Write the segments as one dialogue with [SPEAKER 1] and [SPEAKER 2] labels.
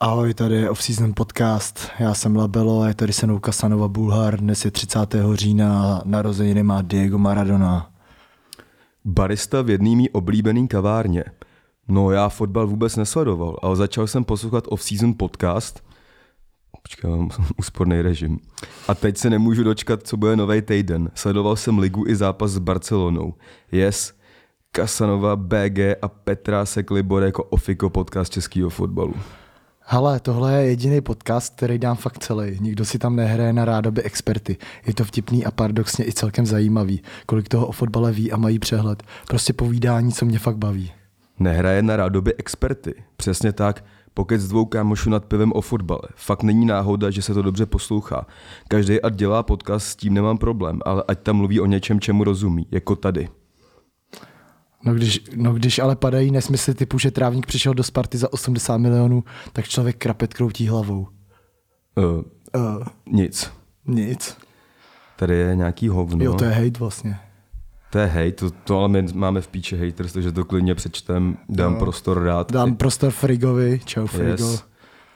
[SPEAKER 1] Ahoj, tady je Off-Season Podcast, já jsem Labelo a je tady se mnou Kasanova Bulhar, dnes je 30. října a narozeniny má Diego Maradona.
[SPEAKER 2] Barista v jedný mý oblíbený kavárně. No já fotbal vůbec nesledoval, ale začal jsem poslouchat off-season podcast. Počkám, úsporný režim. A teď se nemůžu dočkat, co bude nový týden. Sledoval jsem ligu i zápas s Barcelonou. Yes, Kasanova, BG a Petra se Libor jako ofiko podcast českého fotbalu.
[SPEAKER 1] Hele, tohle je jediný podcast, který dám fakt celý. Nikdo si tam nehraje na rádoby experty. Je to vtipný a paradoxně i celkem zajímavý, kolik toho o fotbale ví a mají přehled. Prostě povídání, co mě fakt baví.
[SPEAKER 2] Nehraje na rádoby experty. Přesně tak, pokud s dvou kámošů nad pivem o fotbale. Fakt není náhoda, že se to dobře poslouchá. Každý ať dělá podcast, s tím nemám problém, ale ať tam mluví o něčem, čemu rozumí, jako tady.
[SPEAKER 1] No když, no když ale padají nesmysly typu, že trávník přišel do Sparty za 80 milionů, tak člověk krapet kroutí hlavou.
[SPEAKER 2] Uh,
[SPEAKER 1] Uh,
[SPEAKER 2] nic.
[SPEAKER 1] nic.
[SPEAKER 2] Tady je nějaký hovno.
[SPEAKER 1] No. Jo, to je hate vlastně.
[SPEAKER 2] To je hej, to, to ale my máme v píči haters, takže to klidně přečtem, dám
[SPEAKER 1] No.
[SPEAKER 2] prostor rád.
[SPEAKER 1] Dám prostor Frigovi. Čau Frigo.
[SPEAKER 2] Yes.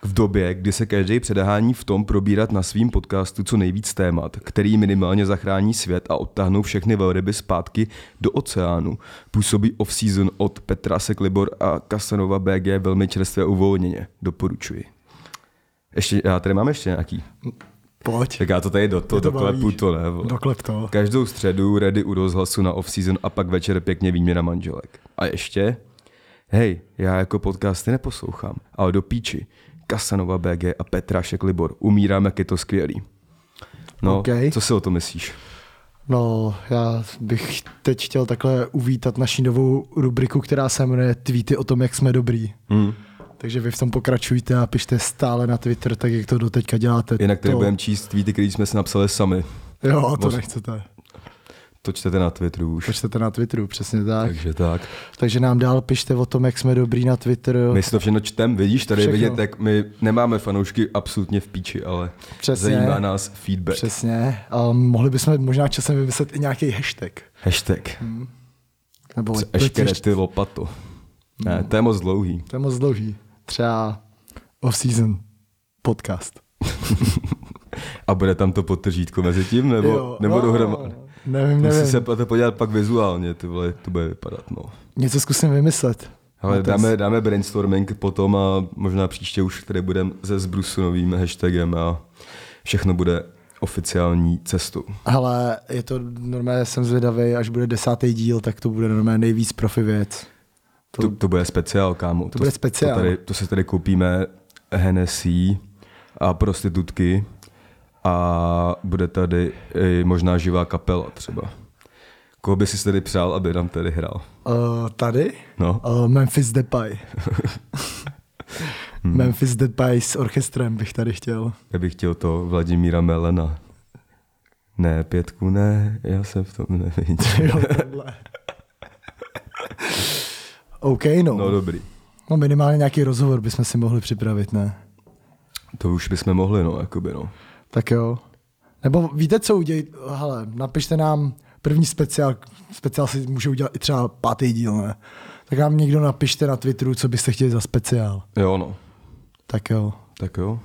[SPEAKER 2] V době, kdy se každý předahání v tom probírat na svým podcastu co nejvíc témat, který minimálně zachrání svět a odtáhnou všechny velryby zpátky do oceánu, působí off-season od Petra Seklibor a Kasanova BG velmi čerstvě a uvolněně. Doporučuji. Ještě, já tady mám ještě nějaký.
[SPEAKER 1] Pojď.
[SPEAKER 2] Tak já to tady do, to,
[SPEAKER 1] Mě to
[SPEAKER 2] to doklepu
[SPEAKER 1] baví.
[SPEAKER 2] to, ne? vole.
[SPEAKER 1] Doklep to.
[SPEAKER 2] Každou středu ready u rozhlasu na off-season a pak večer pěkně výměna manželek. A ještě? Hej, já jako podcasty neposlouchám, ale do píči. Kasanova BG a Petra Šeklibor. Umírám, jak je to skvělý. No,
[SPEAKER 1] Okej.
[SPEAKER 2] okay. co si o to myslíš?
[SPEAKER 1] No, já bych teď chtěl takhle uvítat naši novou rubriku, která se jmenuje Tweety o tom, jak jsme dobrý.
[SPEAKER 2] Hmm.
[SPEAKER 1] Takže vy v tom pokračujte a pište stále na Twitter, tak jak to doteďka děláte.
[SPEAKER 2] Jinak tady
[SPEAKER 1] to...
[SPEAKER 2] budeme číst tweety, které jsme si napsali sami.
[SPEAKER 1] Jo, to
[SPEAKER 2] Moc-
[SPEAKER 1] nechcete.
[SPEAKER 2] To čtete na Twitteru už.
[SPEAKER 1] To čtete na Twitteru, přesně tak.
[SPEAKER 2] Takže tak.
[SPEAKER 1] Takže nám dál pište o tom, jak jsme dobrý na Twitter.
[SPEAKER 2] My si to všechno čtem, vidíš, tady je
[SPEAKER 1] Všechno.
[SPEAKER 2] vidět, jak my nemáme fanoušky absolutně v píči, ale
[SPEAKER 1] Přesně.
[SPEAKER 2] zajímá nás feedback.
[SPEAKER 1] Přesně. A mohli bychom možná časem vymyslet i nějaký hashtag.
[SPEAKER 2] Hashtag.
[SPEAKER 1] Hmm. Nebo
[SPEAKER 2] Eškerety
[SPEAKER 1] Hmm.
[SPEAKER 2] lopato. Ne, to je moc dlouhý.
[SPEAKER 1] To je moc dlouhý. Třeba off-season podcast.
[SPEAKER 2] A bude tam to potržítko mezi tím, nebo,
[SPEAKER 1] Jo,
[SPEAKER 2] nebo
[SPEAKER 1] no,
[SPEAKER 2] no, dohromady?
[SPEAKER 1] Nevím, nevím.
[SPEAKER 2] Musí se na to podívat pak vizuálně, ty vole, jak to bude vypadat, no.
[SPEAKER 1] Něco zkusím vymyslet.
[SPEAKER 2] Ale
[SPEAKER 1] No, to
[SPEAKER 2] dáme, dáme brainstorming potom a možná příště už tady budeme se Zbrusunovým hashtagem a všechno bude oficiální cestou.
[SPEAKER 1] Ale je to normálně, jsem zvědavý, až bude desátý díl, tak to bude normálně nejvíc profi věc. To-
[SPEAKER 2] To, to, to bude speciál, kámo. To,
[SPEAKER 1] bude speciál.
[SPEAKER 2] To, tady, to si tady koupíme Hennessy a prostitutky a bude tady i možná živá kapela třeba. Koho by si tady přál, aby nám tady hrál?
[SPEAKER 1] Uh, tady?
[SPEAKER 2] No,
[SPEAKER 1] Uh, Memphis Depay.
[SPEAKER 2] Hmm.
[SPEAKER 1] Memphis Depay s orchestrem bych tady chtěl.
[SPEAKER 2] já bych chtěl to Vladimíra Melena. Ne, pětku ne, já se v tom nevím.
[SPEAKER 1] Jo, tohle. OK, no.
[SPEAKER 2] No dobrý,
[SPEAKER 1] no. minimálně nějaký rozhovor bychom si mohli připravit, ne?
[SPEAKER 2] to už bychom mohli, no, jakoby, no.
[SPEAKER 1] Tak jo. Nebo víte, co udějí? Hele, napište nám první speciál, speciál si může udělat i třeba pátý díl, ne? Tak nám někdo napište na Twitteru, co byste chtěli za speciál.
[SPEAKER 2] Jo, no,
[SPEAKER 1] Tak jo.
[SPEAKER 2] tak jo.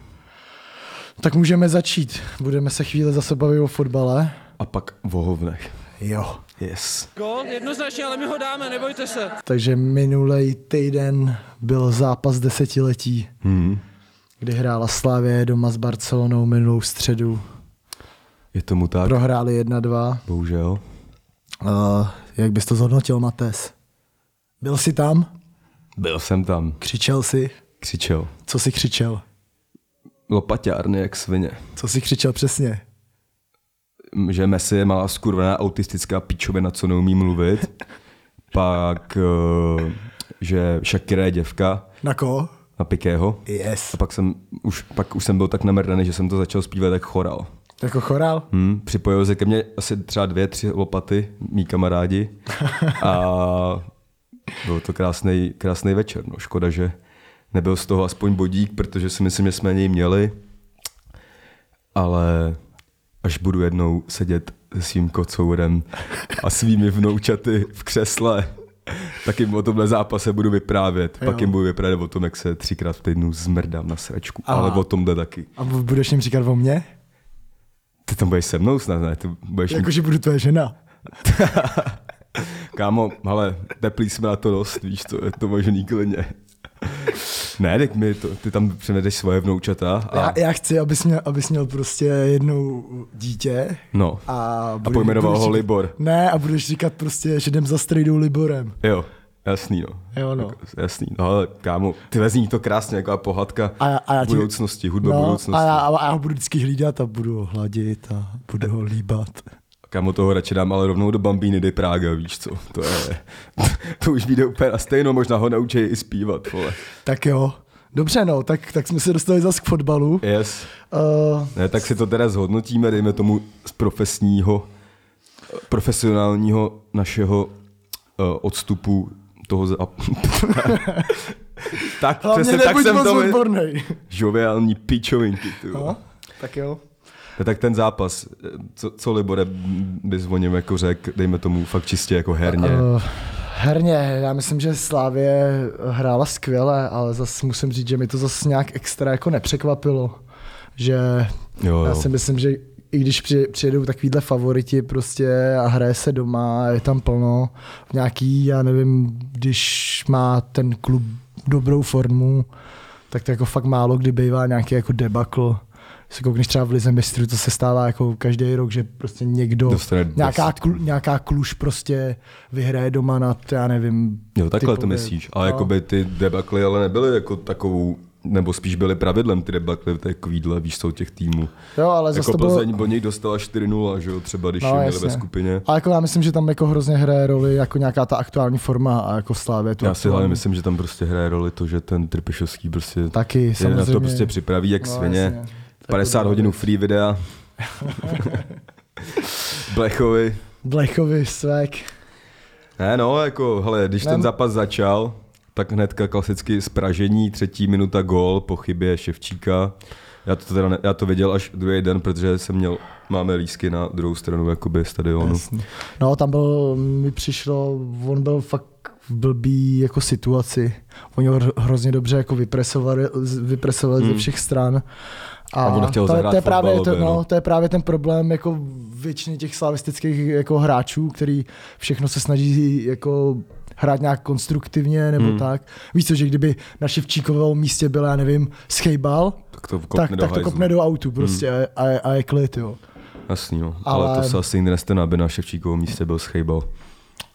[SPEAKER 1] Tak můžeme začít. Budeme se chvíli zase bavit o fotbale.
[SPEAKER 2] A pak v hovnech.
[SPEAKER 1] Jo.
[SPEAKER 2] Yes.
[SPEAKER 3] Gol, jednoznačně, ale my ho dáme, nebojte se.
[SPEAKER 1] Takže minulý týden byl zápas desetiletí,
[SPEAKER 2] Hmm.
[SPEAKER 1] kdy hrála Slávě doma s Barcelonou minulou středu.
[SPEAKER 2] Je tomu tak, Pro...
[SPEAKER 1] Prohráli 1-2.
[SPEAKER 2] bohužel.
[SPEAKER 1] Uh, jak bys to zhodnotil, Mates? Byl jsi tam?
[SPEAKER 2] Byl jsem tam,
[SPEAKER 1] Křičel jsi?
[SPEAKER 2] křičel.
[SPEAKER 1] Co jsi křičel?
[SPEAKER 2] Lopaťárny jak svině.
[SPEAKER 1] Co jsi křičel přesně?
[SPEAKER 2] Že Messi je malá skurvená autistická pičovina, co neumí mluvit. pak, eh, že Shakira je děvka
[SPEAKER 1] Na koho?
[SPEAKER 2] na Pikého.
[SPEAKER 1] Yes.
[SPEAKER 2] A pak jsem, už, pak už jsem byl tak namrdaný, že jsem to začal zpívat jak choral.
[SPEAKER 1] Jako chorál?
[SPEAKER 2] Hmm, připojil se ke mně asi třeba dvě, tři lopaty, mý kamarádi. A byl to krásný, krásný večer. No, škoda, že nebyl z toho aspoň bodík, protože si myslím, že jsme něj měli. Ale až budu jednou sedět se svým kocourem a svými vnoučaty v křesle tak jim o tomhle zápase budu vyprávět. Jo. Pak
[SPEAKER 1] Jo.
[SPEAKER 2] jim budu vyprávět o tom, jak se třikrát v týdnu zmrdám na sračku.
[SPEAKER 1] Aha.
[SPEAKER 2] Ale o tomhle taky.
[SPEAKER 1] A bu- budeš jim říkat o mně?
[SPEAKER 2] Ty tam budeš se mnou snad, ne? Ty budeš jako...
[SPEAKER 1] Jakože budu tvoje žena.
[SPEAKER 2] Kámo, ale teplý jsme na to dost, víš, to je to možný klidně. ne, tak mi to, ty tam převedeš svoje vnoučata a...
[SPEAKER 1] Já, já chci, abys měl, abys měl prostě jednou dítě.
[SPEAKER 2] No.
[SPEAKER 1] A,
[SPEAKER 2] A
[SPEAKER 1] budeš-
[SPEAKER 2] pojmenoval
[SPEAKER 1] budeš
[SPEAKER 2] ho
[SPEAKER 1] říkat-
[SPEAKER 2] Libor.
[SPEAKER 1] Ne, a budeš říkat prostě, že jdem za strejdou Liborem.
[SPEAKER 2] Jo, jasný, no.
[SPEAKER 1] Jo, no.
[SPEAKER 2] Jasný, no ale kámo, ty vezní to krásně, jako pohádka
[SPEAKER 1] A, já- a já ti-
[SPEAKER 2] budoucnosti, hudba
[SPEAKER 1] no,
[SPEAKER 2] budoucnosti.
[SPEAKER 1] A já, a já ho budu vždycky hlídat a budu ho hladit a budu ho líbat.
[SPEAKER 2] Kámo, toho radši dám ale rovnou do Bambíny de Praga, víš co, to je, to už vyjde úplně a stejno, možná ho naučí i zpívat, vole.
[SPEAKER 1] Tak jo. Dobře, no, tak, tak jsme se dostali zase k fotbalu.
[SPEAKER 2] Yes.
[SPEAKER 1] Uh,
[SPEAKER 2] Ne, tak si to teda zhodnotíme, dejme tomu z profesního, profesionálního našeho uh, odstupu toho za... tak
[SPEAKER 1] hlavně
[SPEAKER 2] přesně tak
[SPEAKER 1] nebuď
[SPEAKER 2] jsem
[SPEAKER 1] moc
[SPEAKER 2] to... my-
[SPEAKER 1] odbornej.
[SPEAKER 2] Žoviální pičovinky, ty vole.
[SPEAKER 1] No, tak jo.
[SPEAKER 2] No, tak ten zápas, eh, co, co Libore bys o něm jako řekl, dejme tomu fakt čistě jako herně.
[SPEAKER 1] Uh, herně, já myslím, že Slávě hrála skvěle, ale zase musím říct, že mi to zase nějak extra jako nepřekvapilo. Že
[SPEAKER 2] Jo,
[SPEAKER 1] já
[SPEAKER 2] jo.
[SPEAKER 1] si myslím, že i když při- přijedou takovýhle favoriti prostě a hraje se doma, je tam plno v nějaký, já nevím, když má ten klub dobrou formu, tak to jako fakt málo kdy bývá nějaký jako debakl. Když se koukneš třeba v Lize mistrů, to se stává jako každý rok, že prostě někdo,
[SPEAKER 2] Dostane
[SPEAKER 1] nějaká,
[SPEAKER 2] deset.
[SPEAKER 1] klu, nějaká kluž prostě vyhraje doma nad, já nevím,
[SPEAKER 2] Jo, takhle to
[SPEAKER 1] typově.
[SPEAKER 2] myslíš. Ale no. jakoby ty debakly ale nebyly jako takovou, nebo spíš byly pravidlem ty debakly, takovýhle, víš, jsou těch týmů.
[SPEAKER 1] Jo, ale zase
[SPEAKER 2] Jako
[SPEAKER 1] to bylo...
[SPEAKER 2] Plzeň bylo... Plzeň dostala 4-0, že jo, třeba když
[SPEAKER 1] No,
[SPEAKER 2] no, měli
[SPEAKER 1] jasně.
[SPEAKER 2] ve skupině.
[SPEAKER 1] A jako já myslím, že tam jako hrozně hraje roli jako nějaká ta aktuální forma a jako Slávě tu
[SPEAKER 2] Já si hlavně
[SPEAKER 1] aktuální-
[SPEAKER 2] myslím, že tam prostě hraje roli to, že ten Trpišovský prostě
[SPEAKER 1] Taky,
[SPEAKER 2] je na
[SPEAKER 1] samozřejmě.
[SPEAKER 2] to prostě připraví jak
[SPEAKER 1] No,
[SPEAKER 2] no, svině.
[SPEAKER 1] jasně. Tak
[SPEAKER 2] 50
[SPEAKER 1] to-
[SPEAKER 2] hodinů free videa. Blechovi.
[SPEAKER 1] Blechovi svek.
[SPEAKER 2] Ne, no, jako, hele, když
[SPEAKER 1] Nem-
[SPEAKER 2] ten zápas začal, tak hnedka klasicky spražení, třetí minuta gól po chybě Ševčíka. Já to, teda ne, já to viděl až druhý den, protože jsem měl, máme lísky na druhou stranu jakoby stadionu. Yes.
[SPEAKER 1] Jasně. No tam byl, mi přišlo, on byl fakt v blbý jako situaci. Oni ho hro- hrozně dobře jako vypresovali, z- vypresovali ze všech stran.
[SPEAKER 2] Hmm. A on chtěl
[SPEAKER 1] to, je-
[SPEAKER 2] zahrát
[SPEAKER 1] to, je právě, to,
[SPEAKER 2] fotbalově,
[SPEAKER 1] no,
[SPEAKER 2] no.
[SPEAKER 1] to je právě ten problém jako většiny těch slavistických jako hráčů, který všechno se snaží jako hrát nějak konstruktivně nebo hmm. tak. Víš co, že kdyby na Ševčíkovém místě byl, já nevím, schejbal,
[SPEAKER 2] Tak to kopne
[SPEAKER 1] tak,
[SPEAKER 2] do
[SPEAKER 1] tak to
[SPEAKER 2] hajzlu.
[SPEAKER 1] kopne do autu prostě hmm. a, je- a, je klid, jo.
[SPEAKER 2] Jasný, jo. Ale...
[SPEAKER 1] Ale-
[SPEAKER 2] ale... to se asi nikdy nestane, aby na Ševčíkovou místě byl schejbal.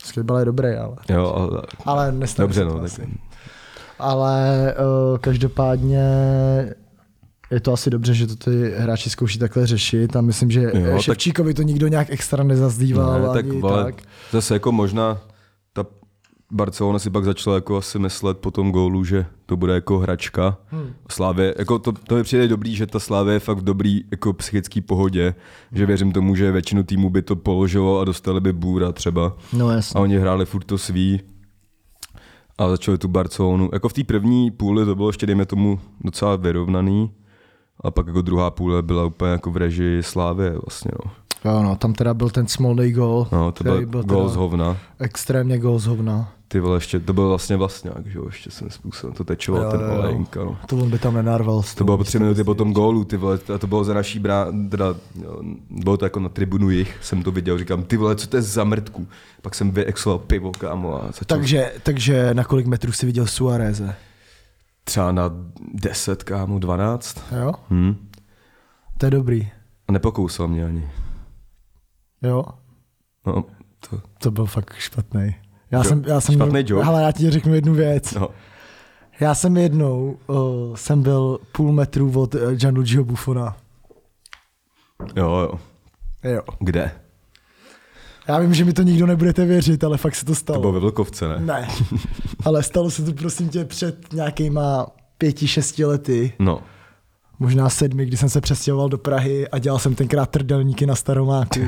[SPEAKER 1] Schejbal je dobrý, ale...
[SPEAKER 2] Jo, ale...
[SPEAKER 1] Ale nestane
[SPEAKER 2] Dobře,
[SPEAKER 1] se to
[SPEAKER 2] no, tak...
[SPEAKER 1] asi. Ale uh, každopádně je to asi dobře, že to ty hráči zkouší takhle řešit a myslím, že
[SPEAKER 2] Jo,
[SPEAKER 1] jo,
[SPEAKER 2] tak-
[SPEAKER 1] Ševčíkovi to nikdo nějak extra nezazdíval ne,
[SPEAKER 2] Ne,
[SPEAKER 1] No, ani
[SPEAKER 2] tak,
[SPEAKER 1] tak,
[SPEAKER 2] ale
[SPEAKER 1] tak.
[SPEAKER 2] zase jako možná ta Barcelona si pak začala jako asi myslet po tom gólu, že to bude jako hračka. Hmm. Slávě, jako to, to mi přijde dobrý, že ta Slávě je fakt v dobrý jako psychický pohodě, že věřím tomu, že většinu týmu by to položilo a dostali by bůra třeba.
[SPEAKER 1] No jasně.
[SPEAKER 2] A oni hráli furt to svý a začali tu Barcelonu. Jako v té první půli to bylo ještě, dejme tomu, docela vyrovnaný. A pak jako druhá půle byla úplně jako v režii Slávě vlastně, no.
[SPEAKER 1] Jo, no, tam teda byl ten smolný gol,
[SPEAKER 2] no to byl,
[SPEAKER 1] který
[SPEAKER 2] byl gol
[SPEAKER 1] teda
[SPEAKER 2] z hovna.
[SPEAKER 1] extrémně gol z hovna.
[SPEAKER 2] Ty vole, ještě, to byl vlastně vlastňák, že jo, ještě jsem způsobil, to tečoval
[SPEAKER 1] Jo,
[SPEAKER 2] ten
[SPEAKER 1] jo, jo.
[SPEAKER 2] olejnka, no.
[SPEAKER 1] To on by tam nenarval. s
[SPEAKER 2] To
[SPEAKER 1] tou-
[SPEAKER 2] bylo po tři minuty po tom gólu, ty vole, a to bylo za naší brá, teda, jo, bylo to jako na tribunu jich, jsem to viděl, říkám, ty vole, co to je za mrtku? Pak jsem vyexoval pivo, kámo, a začal Takže...
[SPEAKER 1] Takže, takže na kolik metrů si viděl Suareze?
[SPEAKER 2] třeba na 10, kámo, 12.
[SPEAKER 1] Jo?
[SPEAKER 2] Hm.
[SPEAKER 1] To je dobrý.
[SPEAKER 2] A nepokousal mě ani.
[SPEAKER 1] Jo?
[SPEAKER 2] No, to,
[SPEAKER 1] To byl fakt špatný. Já
[SPEAKER 2] Jo,
[SPEAKER 1] jsem, já jsem
[SPEAKER 2] špatný joke.
[SPEAKER 1] Ale já ti řeknu jednu věc.
[SPEAKER 2] no.
[SPEAKER 1] Já jsem jednou uh, jsem byl půl metru od eh, Gianluigiho Buffona.
[SPEAKER 2] Jo, jo.
[SPEAKER 1] Jo.
[SPEAKER 2] Kde?
[SPEAKER 1] Já vím, že mi to nikdo nebudete věřit, ale fakt se to
[SPEAKER 2] To
[SPEAKER 1] stalo.
[SPEAKER 2] bylo ve Vlkovce, ne?
[SPEAKER 1] Ne, ale stalo se to prosím tě před nějakýma pěti, šesti lety,
[SPEAKER 2] No.
[SPEAKER 1] možná sedmi, kdy jsem se přestěhoval do Prahy a dělal jsem tenkrát trdelníky na Staromáku.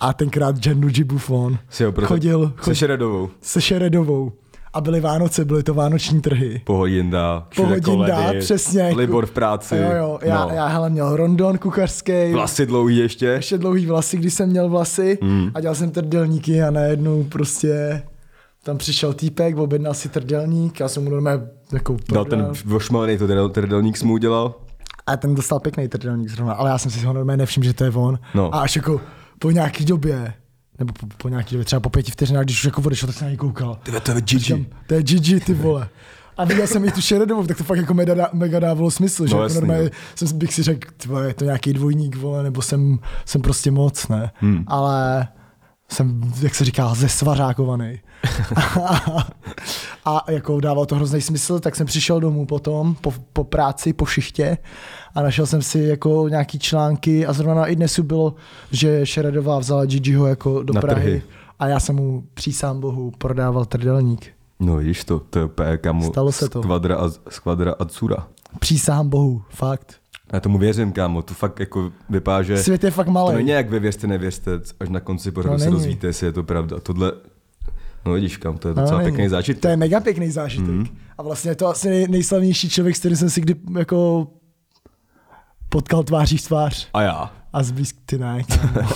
[SPEAKER 1] A tenkrát Gianluigi Buffon
[SPEAKER 2] Jsi ho proto...
[SPEAKER 1] chodil,
[SPEAKER 2] Se
[SPEAKER 1] chodil
[SPEAKER 2] Šeredovou.
[SPEAKER 1] se Šeredovou a byly Vánoce, byly to vánoční trhy.
[SPEAKER 2] Pohodinda,
[SPEAKER 1] po hodin dá, přesně.
[SPEAKER 2] Libor v práci.
[SPEAKER 1] Jo, jo, já,
[SPEAKER 2] no.
[SPEAKER 1] já hele, měl rondon kuchařský.
[SPEAKER 2] Vlasy dlouhý ještě.
[SPEAKER 1] Ještě dlouhý vlasy, když jsem měl vlasy mm. a dělal jsem trdelníky a najednou prostě Tam přišel týpek, objednal si trdelník, já jsem mu normálně jako
[SPEAKER 2] Dal ten vošmalený to trdel- trdelník jsi mu udělal.
[SPEAKER 1] A ten dostal pěkný trdelník zrovna, ale já jsem si ho normálně nevšiml, že to je on.
[SPEAKER 2] No.
[SPEAKER 1] A až jako po nějaký době, nebo po, po nějaký době, třeba po pěti vteřinách, když už jako odešel, tak jsem na něj koukal.
[SPEAKER 2] Tyve, to je Gigi.
[SPEAKER 1] Říkám, to je GG, ty vole. A viděl jsem i tu šeredovou, tak to fakt jako mega, dá- mega dávalo smysl, že
[SPEAKER 2] No,
[SPEAKER 1] jako
[SPEAKER 2] jasný,
[SPEAKER 1] normálně
[SPEAKER 2] no.
[SPEAKER 1] jsem, si- bych si řekl, ty vole, je to nějaký dvojník, vole, nebo jsem, jsem prostě moc, ne. Hmm. Ale jsem, jak se říká, zesvařákovaný. a jako dával to hrozný smysl, tak jsem přišel domů potom, po, po práci, po šichtě a našel jsem si jako nějaký články a zrovna i dnesu bylo, že Šeredová vzala Gigiho jako do
[SPEAKER 2] Na
[SPEAKER 1] Prahy
[SPEAKER 2] trhy.
[SPEAKER 1] a já jsem mu přísám bohu prodával trdelník.
[SPEAKER 2] No vidíš to, to je úplně kamo.
[SPEAKER 1] Stalo se to.
[SPEAKER 2] Z kvadra a, z kvadra a cura.
[SPEAKER 1] Přísahám bohu, fakt.
[SPEAKER 2] Já tomu věřím, kámo, to fakt jako vypadá, že...
[SPEAKER 1] Svět je fakt
[SPEAKER 2] To není
[SPEAKER 1] malý.
[SPEAKER 2] jak vy věřte, nevěřte, až na konci pořadu
[SPEAKER 1] No,
[SPEAKER 2] no, se
[SPEAKER 1] není.
[SPEAKER 2] dozvíte, jestli je to pravda. Tohle, no vidíš kam, to je
[SPEAKER 1] No,
[SPEAKER 2] docela
[SPEAKER 1] není.
[SPEAKER 2] pěkný zážitek. Mhm.
[SPEAKER 1] To je mega pěkný zážitek. Mm. A vlastně je to asi nej, nejslavnější člověk, s kterým jsem si kdy jako potkal tváří v tvář
[SPEAKER 2] A já.
[SPEAKER 1] a zblízk ty ne. kámo.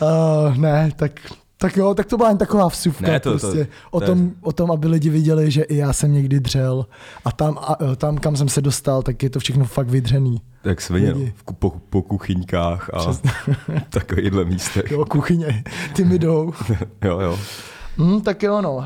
[SPEAKER 1] uh, ne, tak, tak jo, tak to byla jen taková vsuvka
[SPEAKER 2] Ne, to- to-
[SPEAKER 1] prostě o,
[SPEAKER 2] to je-
[SPEAKER 1] tom, o tom, aby lidi viděli, že i já jsem někdy dřel a tam, a, eh, tam kam jsem se dostal, tak je to všechno fakt vydřený.
[SPEAKER 2] Jak svině, no.
[SPEAKER 1] Lidi.
[SPEAKER 2] v, ku- po, po kuchyňkách a takovýchhle místech.
[SPEAKER 1] Jo, kuchyně, ty mi jdou.
[SPEAKER 2] Jo, jo.
[SPEAKER 1] Hmm, tak jo, no. Uh,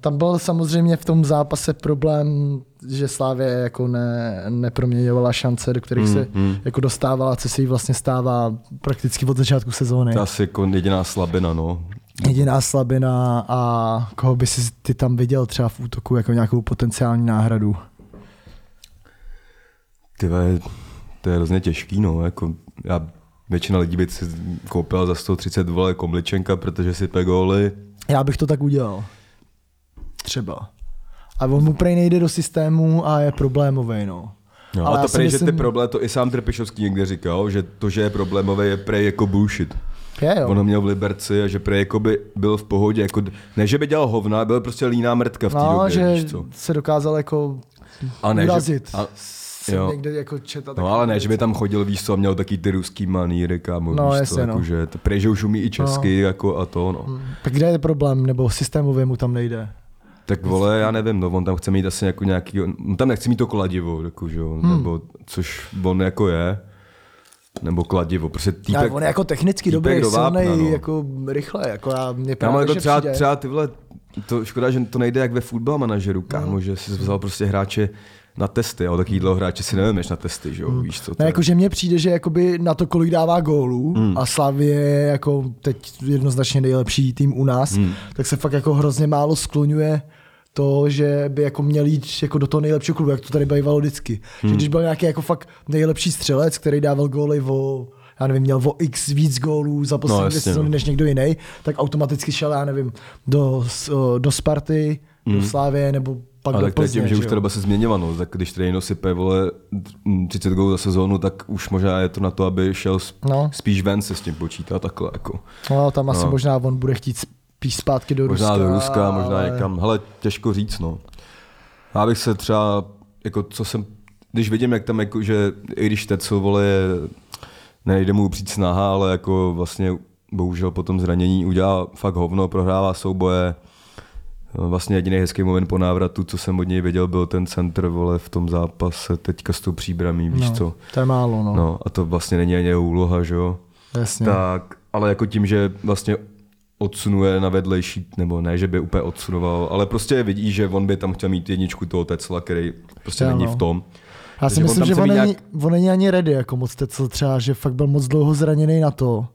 [SPEAKER 1] tam byl samozřejmě v tom zápase problém, že Slávě jako ne, neproměňovala šance, do kterých
[SPEAKER 2] Hm,
[SPEAKER 1] se jako dostávala, co se jí vlastně stává prakticky od začátku sezóny.
[SPEAKER 2] To je asi jako jediná slabina, no.
[SPEAKER 1] Jediná slabina a koho by si ty tam viděl třeba v útoku jako nějakou potenciální náhradu?
[SPEAKER 2] Ty ve, to je hrozně těžký, no. Jako, já, většina lidí by si koupila za 130 vole komličenka, protože si pególy.
[SPEAKER 1] Já bych to tak udělal. Třeba. A on mu prej nejde do systému a je problémový, no.
[SPEAKER 2] No,
[SPEAKER 1] Ale
[SPEAKER 2] ale a
[SPEAKER 1] já
[SPEAKER 2] to
[SPEAKER 1] si
[SPEAKER 2] prej, myslím... že
[SPEAKER 1] myslím-
[SPEAKER 2] ty problém, to i sám Trpišovský někde říkal, že to, že je problémové, je prej jako bullshit.
[SPEAKER 1] Je, jo.
[SPEAKER 2] Jo. Ono měl v Liberci a že prej jako by byl v pohodě, jako, ne, že by dělal hovna, byl prostě líná mrtka v té
[SPEAKER 1] No,
[SPEAKER 2] době,
[SPEAKER 1] že
[SPEAKER 2] víš co.
[SPEAKER 1] se dokázal jako
[SPEAKER 2] A ne,
[SPEAKER 1] urazit.
[SPEAKER 2] Že, a,
[SPEAKER 1] jsem
[SPEAKER 2] jo.
[SPEAKER 1] někde jako četl.
[SPEAKER 2] no ale ne, že by tam chodil, víš co, a měl taky ty ruský maníry, kámo,
[SPEAKER 1] No,
[SPEAKER 2] víš co,
[SPEAKER 1] jasně, no.
[SPEAKER 2] jako, že, to- prej, že už umí i česky, no. jako a to, no. Hmm.
[SPEAKER 1] Tak kde je problém, nebo systémově mu tam nejde?
[SPEAKER 2] Tak vole, já nevím, no, on tam chce mít asi jako nějaký, on tam nechce mít to kladivo, jako, že, jo,
[SPEAKER 1] Hmm.
[SPEAKER 2] nebo, což on jako je, nebo kladivo, prostě
[SPEAKER 1] Týpek,
[SPEAKER 2] týpek,
[SPEAKER 1] on je jako technicky
[SPEAKER 2] týpek
[SPEAKER 1] dobrý,
[SPEAKER 2] do vápna,
[SPEAKER 1] silnej,
[SPEAKER 2] no.
[SPEAKER 1] jako rychle, jako já mě
[SPEAKER 2] Kámo,
[SPEAKER 1] právě,
[SPEAKER 2] jako
[SPEAKER 1] že
[SPEAKER 2] třeba,
[SPEAKER 1] přijde.
[SPEAKER 2] třeba ty vole, to škoda, že to nejde jak ve fotbal
[SPEAKER 1] Hmm.
[SPEAKER 2] manažeru, kámo, že jsi vzal prostě hráče na testy, ale taky dlouho hráče si nevemeš na testy, že jo, víš co to Hmm.
[SPEAKER 1] Ne,
[SPEAKER 2] je.
[SPEAKER 1] jako, že mně přijde, že jakoby na to, kolik dává gólů a Slavě je jako teď jednoznačně nejlepší tým u nás,
[SPEAKER 2] Hmm.
[SPEAKER 1] tak se fakt jako hrozně málo skloňuje to, že by jako měl jít jako do toho nejlepšího klubu, jak to tady bývalo vždycky.
[SPEAKER 2] Hmm.
[SPEAKER 1] Že když byl nějaký jako fakt nejlepší střelec, který dával góly o já nevím, měl o x víc gólů za poslední no,
[SPEAKER 2] jasně,
[SPEAKER 1] sezóny
[SPEAKER 2] no.
[SPEAKER 1] než někdo jiný, tak automaticky šel, já nevím, do, s- o, do Sparty, do Slávě, nebo pak
[SPEAKER 2] Hmm. ale
[SPEAKER 1] do
[SPEAKER 2] tak to je
[SPEAKER 1] Plzně,
[SPEAKER 2] tím, že už
[SPEAKER 1] jo?
[SPEAKER 2] ta doba se změnila, no, tak když Trejno sype, vole, 30 gólů za sezónu, tak už možná je to na to, aby šel sp-
[SPEAKER 1] No.
[SPEAKER 2] no. spíš ven se s tím počítá, takhle, jako.
[SPEAKER 1] No, tam asi no. možná on bude chtít spíš zpátky do
[SPEAKER 2] Možná
[SPEAKER 1] Ruska.
[SPEAKER 2] do Ruska, možná
[SPEAKER 1] ale-
[SPEAKER 2] někam, hele, těžko říct, no. Já bych se třeba, jako co jsem, když vidím, jak tam, jako, že i když Tecel, vole, je- nejde mu přijít snaha, ale jako vlastně bohužel po tom zranění udělá fakt hovno, prohrává souboje. Vlastně jediný hezký moment po návratu, co jsem od něj věděl, byl ten centr, vole, v tom zápase, teďka s tou příbramí, víš
[SPEAKER 1] no,
[SPEAKER 2] co.
[SPEAKER 1] To je málo, no. no
[SPEAKER 2] No a to vlastně není ani jeho úloha, že jo.
[SPEAKER 1] Jasně. Ta...
[SPEAKER 2] Tak, ale jako tím, že vlastně odsunuje na vedlejší, nebo ne, že by úplně odsunoval, ale prostě vidí, že on by tam chtěl mít jedničku toho Tecla, který prostě
[SPEAKER 1] Jo,
[SPEAKER 2] není
[SPEAKER 1] no.
[SPEAKER 2] v tom.
[SPEAKER 1] Já si
[SPEAKER 2] Takže on
[SPEAKER 1] myslím,
[SPEAKER 2] tam
[SPEAKER 1] že
[SPEAKER 2] chce
[SPEAKER 1] on
[SPEAKER 2] mít
[SPEAKER 1] není,
[SPEAKER 2] nějak-
[SPEAKER 1] on není ani ready jako moc teď, co třeba, že fakt byl moc dlouho zraněný na to,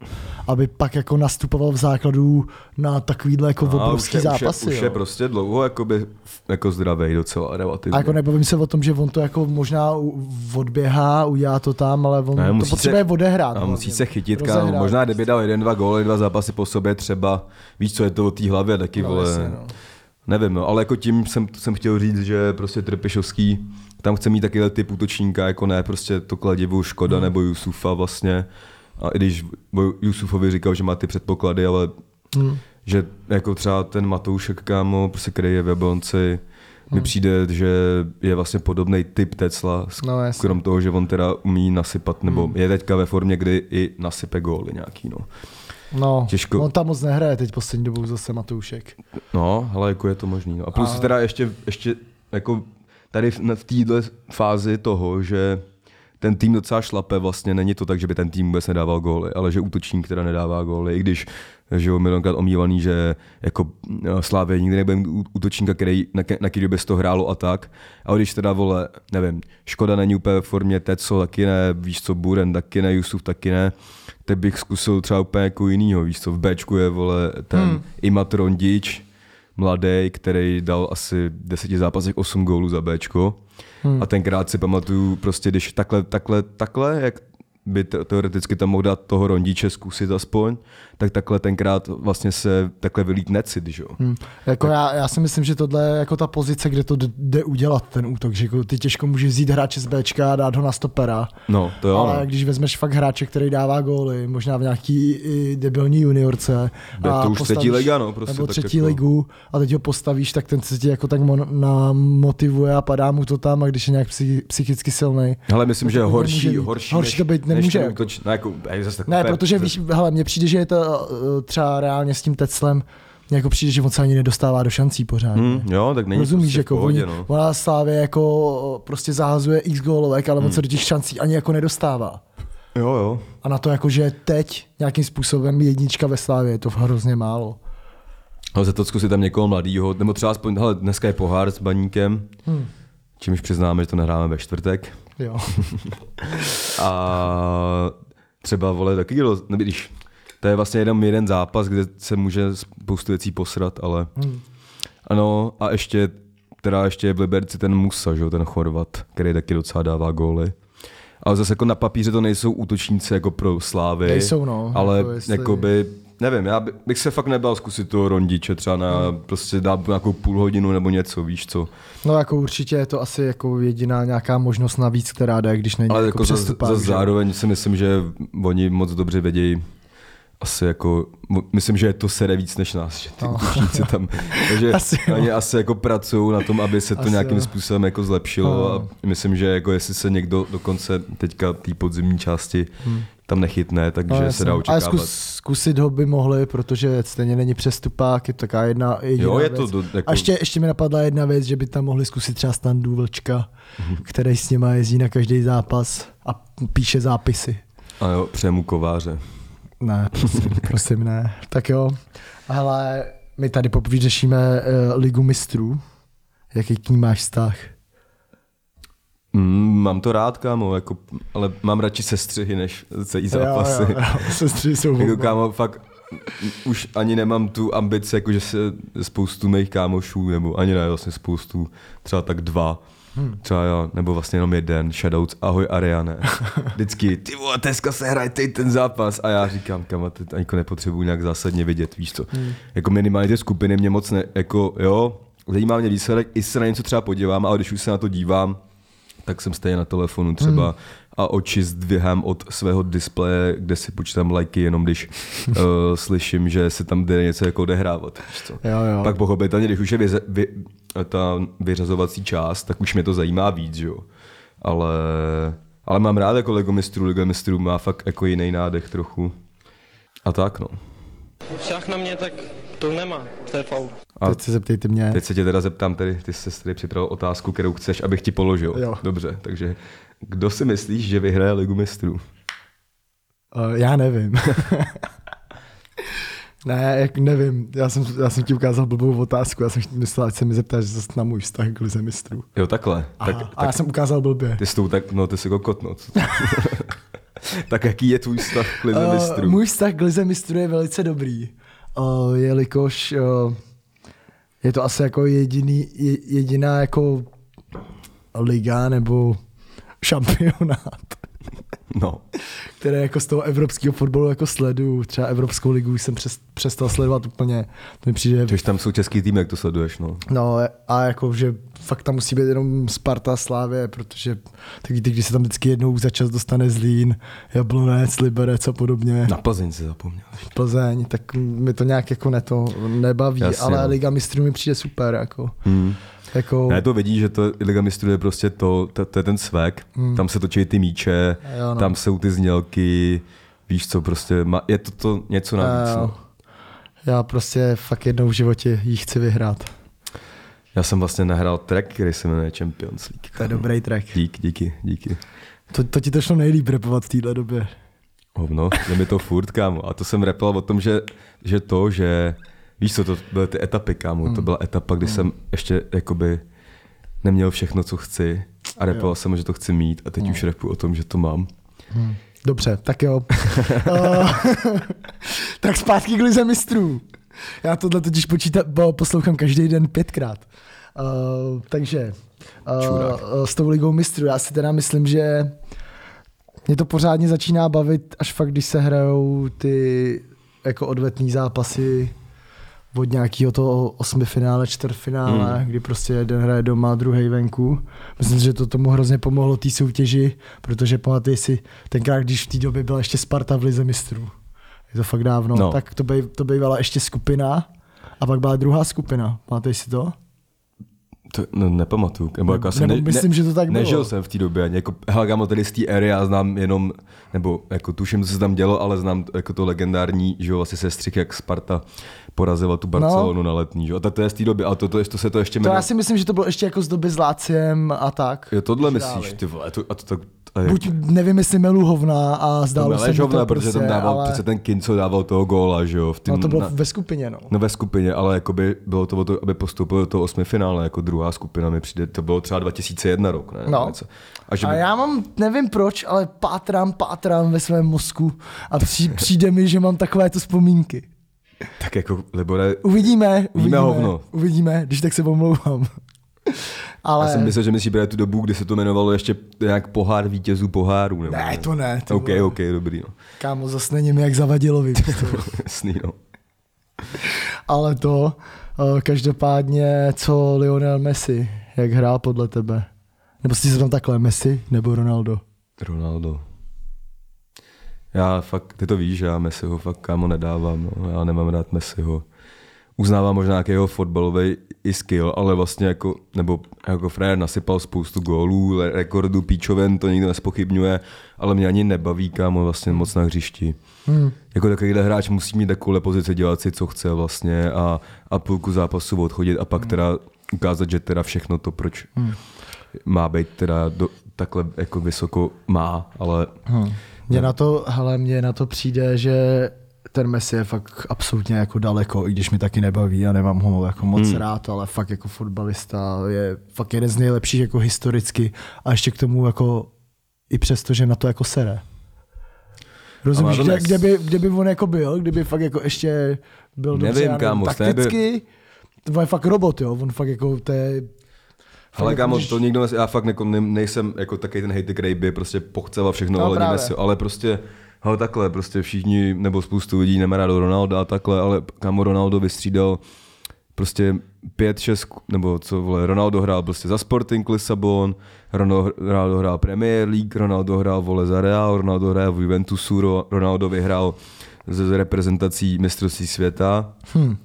[SPEAKER 1] aby pak jako nastupoval v základu na takovýhle jako
[SPEAKER 2] A
[SPEAKER 1] obrovský
[SPEAKER 2] No, už je,
[SPEAKER 1] zápasy.
[SPEAKER 2] Už je, už je
[SPEAKER 1] jo.
[SPEAKER 2] prostě dlouho jakoby, jako zdravej docela relativně.
[SPEAKER 1] A jako nebavím se o tom, že on to jako možná u- odběhá, udělá to tam, ale on
[SPEAKER 2] Ne,
[SPEAKER 1] ne, to
[SPEAKER 2] musí se-
[SPEAKER 1] potřebuje odehrát.
[SPEAKER 2] A musí
[SPEAKER 1] hlavně.
[SPEAKER 2] se chytit, kámo.
[SPEAKER 1] Rozehrát.
[SPEAKER 2] Možná kdyby dal jeden, dva góly, dva zápasy po sobě, třeba víš, co je to o té hlavě, taky
[SPEAKER 1] No,
[SPEAKER 2] no, vole.
[SPEAKER 1] jasně, no.
[SPEAKER 2] Nevím, no, ale jako tím jsem, jsem chtěl říct, že prostě Trpišovský tam chce mít takovýhle typ útočníka, jako ne prostě to kladivu Škoda hmm. nebo Jusufa vlastně. A i když bo- Jusufovi říkal, že má ty předpoklady, ale hmm. že jako třeba ten Matoušek, kámo, prostě který je v Jablonci, mi přijde, že je vlastně podobný typ Tesla,
[SPEAKER 1] No,
[SPEAKER 2] no,
[SPEAKER 1] jasně.
[SPEAKER 2] krom toho, že on teda umí nasypat, nebo je teďka ve formě, kdy i nasype góly nějaký. No.
[SPEAKER 1] No,
[SPEAKER 2] Těžko.
[SPEAKER 1] on tam moc nehraje teď poslední dobou zase Matoušek.
[SPEAKER 2] No, ale jako je to možný. No. A plus
[SPEAKER 1] A-
[SPEAKER 2] a... teda ještě, ještě jako tady v, v téhle fázi toho, že ten tým docela šlape vlastně, není to tak, že by ten tým vůbec nedával góly, ale že útočník teda nedává góly, i když že jo, milionkrát omývaný, že jako eh, Slávě nikdy nebude mít ú- útočníka, který, na, ke- na který by se to hrálo a tak. A když teda vole, nevím, Škoda není úplně ve formě, Teco taky ne, víš co, Buren taky ne, Jusuf taky ne, tak bych zkusil třeba úplně jako jinýho, víš co, v Bčku je vole ten hmm. Imat Rondič, mladý, který dal asi v deseti zápasech 8 gólů za Bčko. Hmm. A tenkrát si pamatuju, prostě když takhle, takhle, takhle, jak by te- teoreticky tam mohl dát toho rondíče zkusit aspoň, tak takhle tenkrát vlastně se takhle vylít necit, že jo. Hmm.
[SPEAKER 1] Jako já, já, si myslím, že tohle je jako ta pozice, kde to d- jde udělat, ten útok, že jako ty těžko můžeš vzít hráče z Bčka a dát ho na stopera.
[SPEAKER 2] No, to jo.
[SPEAKER 1] Ale
[SPEAKER 2] no.
[SPEAKER 1] když vezmeš fakt hráče, který dává góly, možná v nějaký i debilní juniorce.
[SPEAKER 2] Bude to už třetí liga, no, prostě
[SPEAKER 1] nebo
[SPEAKER 2] tak
[SPEAKER 1] třetí
[SPEAKER 2] jako-
[SPEAKER 1] ligu a teď ho postavíš, tak ten se ti jako tak mon- namotivuje a padá mu to tam a když je nějak psychi- psychicky silný.
[SPEAKER 2] Ale myslím, že
[SPEAKER 1] No to
[SPEAKER 2] horší,
[SPEAKER 1] nemůže být.
[SPEAKER 2] horší,
[SPEAKER 1] Horší
[SPEAKER 2] než,
[SPEAKER 1] to být
[SPEAKER 2] než
[SPEAKER 1] nemůže,
[SPEAKER 2] ten
[SPEAKER 1] jako.
[SPEAKER 2] Útoč, no, jako, je zase tak
[SPEAKER 1] Ne,
[SPEAKER 2] úplně-
[SPEAKER 1] protože víš, hele, mně přijde, že je to eh, třeba reálně s tím Teclem, mně jako přijde, že on se ani nedostává do šancí pořád.
[SPEAKER 2] Hm, jo, tak není
[SPEAKER 1] Rozumíš,
[SPEAKER 2] prostě
[SPEAKER 1] jako
[SPEAKER 2] v pohodě,
[SPEAKER 1] oni,
[SPEAKER 2] no.
[SPEAKER 1] ona Slávě jako prostě zahazuje x gólovek, ale on
[SPEAKER 2] Hmm.
[SPEAKER 1] se do těch šancí ani jako nedostává.
[SPEAKER 2] Jo, jo.
[SPEAKER 1] A na to jako, že teď nějakým způsobem jednička ve Slávě, je to hrozně málo.
[SPEAKER 2] Ale za to zkusit tam někoho mladýho, nebo třeba aspoň, hele, dneska je pohár s baníkem, hmm. čímž přiznáme, že to nahráme ve čtvrtek.
[SPEAKER 1] Jo.
[SPEAKER 2] A třeba vole taky, kdo- nebo když to je vlastně jenom jeden zápas, kde se může spoustu věcí posrat, ale hmm. ano a ještě teda ještě je v Liberci ten Musa, že, jo, ten Chorvat, který taky docela dává góly. Ale zase jako na papíře to nejsou útočníci jako pro Slávy.
[SPEAKER 1] Nejsou, no,
[SPEAKER 2] Ale
[SPEAKER 1] jako
[SPEAKER 2] jako
[SPEAKER 1] jestli-
[SPEAKER 2] jakoby, nevím, já by- bych se fakt nebal zkusit toho rondiče třeba na, hmm. prostě dát nějakou půl hodinu nebo něco, víš co.
[SPEAKER 1] No jako určitě je to asi jako jediná nějaká možnost navíc, která jde, když není
[SPEAKER 2] Ale jako, za,
[SPEAKER 1] přestupák,
[SPEAKER 2] za
[SPEAKER 1] že?
[SPEAKER 2] zároveň si myslím, že oni moc dobře vědějí asi jako, mo- myslím, že je to sere víc než nás, že ty no. tam, takže
[SPEAKER 1] Asi
[SPEAKER 2] asi,
[SPEAKER 1] jo.
[SPEAKER 2] oni asi jako pracují na tom, aby se to
[SPEAKER 1] Asi
[SPEAKER 2] asi, nějakým
[SPEAKER 1] jo.
[SPEAKER 2] způsobem jako zlepšilo
[SPEAKER 1] No.
[SPEAKER 2] a myslím, že jako jestli se někdo dokonce teďka té podzimní části hmm. tam nechytne, takže no, se
[SPEAKER 1] jasně.
[SPEAKER 2] dá
[SPEAKER 1] Ale
[SPEAKER 2] očekávat.
[SPEAKER 1] zkus, zkusit ho by mohli, protože stejně není přestupák, je to taká jedna jediná
[SPEAKER 2] Jo, je to
[SPEAKER 1] věc.
[SPEAKER 2] do-
[SPEAKER 1] jako...
[SPEAKER 2] jako-
[SPEAKER 1] A ještě, ještě mi napadla jedna věc, že by tam mohli zkusit třeba standu Vlčka,
[SPEAKER 2] Mhm.
[SPEAKER 1] který s nima jezdí na každý zápas a píše zápisy.
[SPEAKER 2] A jo, přejmu kováře.
[SPEAKER 1] Ne, prosím, prosím ne. Tak jo, ale my tady poprvé řešíme uh, Ligu mistrů. Jaký k ní máš vztah?
[SPEAKER 2] Mm, mám to rád, kámo, jako, ale mám radši sestřihy než celý zápasy.
[SPEAKER 1] Jo, jo, jo, sestry jsou
[SPEAKER 2] Jako
[SPEAKER 1] bomba.
[SPEAKER 2] kámo, fakt už ani nemám tu ambici, jako že se spoustu mých kámošů, nebo ani ne, vlastně spoustu, třeba tak dva, hmm. třeba já, nebo vlastně jenom jeden, Shadows, ahoj Ariane. Vždycky, ty vole, dneska se hraje teď ten zápas a já říkám, kama, teď ani jako nepotřebuji nějak zásadně vidět, víš co. Hmm. Jako minimálně ty skupiny mě moc ne, jako jo, zajímá mě výsledek, i se na něco třeba podívám, ale když už se na to dívám, tak jsem stejně na telefonu třeba hmm. a oči zdvihám od svého displeje, kde si počítám lajky, jenom když uh, slyším, že se tam jde něco jako odehrávat. Víš co?
[SPEAKER 1] Jo, jo.
[SPEAKER 2] Pak pochopitelně, když už je vyze- vy- ta vyřazovací část, tak už mě to zajímá víc, že jo. Ale, ale mám rád jako Lego mistrů, Lego mistrů má fakt jako jiný nádech trochu. A tak no.
[SPEAKER 3] Však na mě, tak to nemá, to je faul.
[SPEAKER 2] A
[SPEAKER 1] Teď se zeptejte mě.
[SPEAKER 2] teď se tě teda zeptám, tady, ty jsi tady připravil otázku, kterou chceš, abych ti položil.
[SPEAKER 1] Jo.
[SPEAKER 2] Dobře, takže kdo si myslíš, že vyhraje Ligu mistrů?
[SPEAKER 1] Uh, já nevím. ne, jak nevím. Já jsem, já jsem ti ukázal blbou otázku. Já jsem myslel, ať se mi zeptáš zase na můj vztah k lize mistrů.
[SPEAKER 2] Jo, takhle.
[SPEAKER 1] Aha,
[SPEAKER 2] Tak,
[SPEAKER 1] a já jsem ukázal blbě.
[SPEAKER 2] ty jsi tou tak, no ty jsi kokot, no. Co to- tak jaký je tvůj vztah k lize
[SPEAKER 1] Uh,
[SPEAKER 2] mistrů?
[SPEAKER 1] můj vztah k lize mistrů je velice dobrý, uh, jelikož uh, je to asi jako jediný, je- jediná jako liga nebo šampionát,
[SPEAKER 2] No,
[SPEAKER 1] které jako z toho evropského fotbalu jako sleduju. Třeba Evropskou ligu už jsem přes, přestal sledovat úplně. To mi přijde
[SPEAKER 2] což tam jsou český tým, jak to sleduješ, no.
[SPEAKER 1] No a jako, že fakt tam musí být jenom Sparta Slávě, protože tak víte, když se tam vždycky jednou za čas dostane Zlín, Jablonec, Liberec a podobně,
[SPEAKER 2] Na Plzeň si zapomněl.
[SPEAKER 1] Plzeň, tak mi to nějak jako neto nebaví,
[SPEAKER 2] Jasně,
[SPEAKER 1] ale
[SPEAKER 2] no.
[SPEAKER 1] Liga mistrů mi přijde super. Jako.
[SPEAKER 2] Hmm.
[SPEAKER 1] Jako,
[SPEAKER 2] Ne, to vidí, že to Liga mistrů je prostě to, to, to je ten svek, hmm. tam se točí ty míče,
[SPEAKER 1] Jo,
[SPEAKER 2] jo,
[SPEAKER 1] no.
[SPEAKER 2] no. tam jsou ty znělky, víš co, prostě má, je to, to něco navíc.
[SPEAKER 1] jo.
[SPEAKER 2] No.
[SPEAKER 1] eh, já prostě fakt jednou v životě ji chci vyhrát.
[SPEAKER 2] Já jsem vlastně nahrál track, který se jmenuje Champions League.
[SPEAKER 1] To je dobrý track.
[SPEAKER 2] Dík, díky, díky.
[SPEAKER 1] To, to ti to šlo nejlíp repovat v téhle době.
[SPEAKER 2] Hovno, je mi to furt, kámo. A to jsem repel o tom, že, že to, že... Víš co, to byly ty etapy, kámo.
[SPEAKER 1] Mm.
[SPEAKER 2] To byla etapa, kdy jsem ještě jakoby neměl všechno, co chci. A repoval jsem, že to chci mít. A teď už
[SPEAKER 1] Mm.
[SPEAKER 2] repu o tom, že to mám.
[SPEAKER 1] Dobře, tak jo. Eh, tak zpátky k lize mistrů. Já tohle totiž počíta, bo poslouchám každý den pětkrát. Uh, takže
[SPEAKER 2] Čurák.
[SPEAKER 1] uh, s tou ligou mistrů, já si teda myslím, že mě to pořádně začíná bavit, až fakt, když se hrajou ty jako odvetné zápasy od nějakého toho osmi finále, čtvrtfinále, hmm. kdy prostě jeden hraje doma, druhý venku. Myslím, že to tomu hrozně pomohlo té soutěži, protože pamatuj si, tenkrát, když v té době byla ještě Sparta v Lize mistrů, je to fakt dávno, no.
[SPEAKER 2] No.
[SPEAKER 1] tak to, bej, to bývala ještě skupina a pak byla druhá skupina, pamatuj si to?
[SPEAKER 2] To no, nepamatuju. Nebo, jako asi
[SPEAKER 1] nebo myslím, že to tak bylo.
[SPEAKER 2] Nežil jsem v té době. Ani jako, hele, kámo, tady z té éry já znám jenom, nebo jako tuším, co se tam dělo, ale znám t- jako to legendární, že jo, asi sestřik, jak Sparta porazila tu Barcelonu no. na letní, že jo. A to, to je z té doby, a to, to, to, to se to ještě
[SPEAKER 1] To
[SPEAKER 2] jmenuje.
[SPEAKER 1] já si myslím, že to bylo ještě jako z doby s Láciem a tak.
[SPEAKER 2] Jo, tohle
[SPEAKER 1] Když dávej.
[SPEAKER 2] myslíš, ty vole, to, a to tak... A jak,
[SPEAKER 1] Buď nevím, jestli melu hovna a
[SPEAKER 2] to
[SPEAKER 1] zdálo se mi to
[SPEAKER 2] Meležovna, protože
[SPEAKER 1] prostě,
[SPEAKER 2] tam dával
[SPEAKER 1] ale...
[SPEAKER 2] přece ten kin, co dával toho góla, že jo? V tým,
[SPEAKER 1] No to bylo
[SPEAKER 2] na,
[SPEAKER 1] ve skupině, no.
[SPEAKER 2] no ve skupině, ale jakoby bylo to o to, aby postoupil do toho osmi finále, jako druhá skupina mi přijde, to bylo třeba 2001 rok, ne?
[SPEAKER 1] No.
[SPEAKER 2] Něco. A že
[SPEAKER 1] A
[SPEAKER 2] by,
[SPEAKER 1] já mám, nevím proč, ale pátrám, pátrám ve svém mozku a při, přijde mi, že mám takovéto vzpomínky.
[SPEAKER 2] tak jako, Libore,
[SPEAKER 1] Uvidíme, uvidíme,
[SPEAKER 2] hovno.
[SPEAKER 1] uvidíme, když tak se omlouvám. Ale...
[SPEAKER 2] já jsem myslel, že myslíš právě tu dobu, kdy se to jmenovalo ještě nějak pohár vítězů pohárů, nebo
[SPEAKER 1] Ne, to ne, ty
[SPEAKER 2] OK,
[SPEAKER 1] vole.
[SPEAKER 2] OK, dobrý, no.
[SPEAKER 1] Kámo, zase není mi jak zavadilovi.
[SPEAKER 2] Jasný, no.
[SPEAKER 1] Ale to, eh, každopádně, co Lionel Messi, jak hrál podle tebe? Nebo si se tam takhle, Messi nebo Ronaldo?
[SPEAKER 2] Ronaldo. Já fakt, ty to víš, já Messiho fakt kámo nedávám, no. já nemám rád Messiho. Uznávám možná nějaký jeho fotbalový i skill, ale vlastně jako, nebo jako frajer nasypal spoustu gólů, le- rekordů, píčoven, to nikdo nespochybňuje, ale mě ani nebaví kámo vlastně moc na hřišti. Hmm. Jako takovýhle hráč musí mít takovou pozici, dělat si co chce vlastně a, a půlku zápasu odchodit a pak hmm. teda ukázat, že teda všechno to, proč hmm. má být teda do, takhle jako vysoko má, ale
[SPEAKER 1] Hmm. Mně
[SPEAKER 2] No.
[SPEAKER 1] na to, hele, mně na to přijde, že ten Messi je fakt absolutně jako daleko, i když mi taky nebaví a nemám ho jako moc hmm. rád, ale fakt jako fotbalista je fakt jeden z nejlepších jako historicky a ještě k tomu jako i přesto, že na to jako sere. Rozumíš,
[SPEAKER 2] to
[SPEAKER 1] kde,
[SPEAKER 2] nes-
[SPEAKER 1] kde, by, kde by on jako byl, kdyby fakt jako ještě byl dobře,
[SPEAKER 2] Nevím,
[SPEAKER 1] já
[SPEAKER 2] kámo, v té době-
[SPEAKER 1] takticky, to je fakt robot, jo, on fakt jako, to je...
[SPEAKER 2] ale
[SPEAKER 1] jako
[SPEAKER 2] kámo,
[SPEAKER 1] když-
[SPEAKER 2] to nikdo, nes- já fakt neko, ne, nejsem jako takový ten hejty, který by prostě pochcel a všechno
[SPEAKER 1] No,
[SPEAKER 2] no, ale
[SPEAKER 1] právě.
[SPEAKER 2] Messi, ale prostě ale takhle, prostě všichni, nebo spoustu lidí nemá rád Ronalda a takhle, ale kámo Ronaldo vystřídal prostě pět, šest, nebo co vole, Ronaldo hrál prostě za Sporting Lisabon, Ronaldo, Ronaldo hrál Premier League, Ronaldo hrál vole za Real, Ronaldo hrál v Juventusu, Ro- Ronaldo vyhrál z z reprezentací mistrovství světa,
[SPEAKER 1] Hm,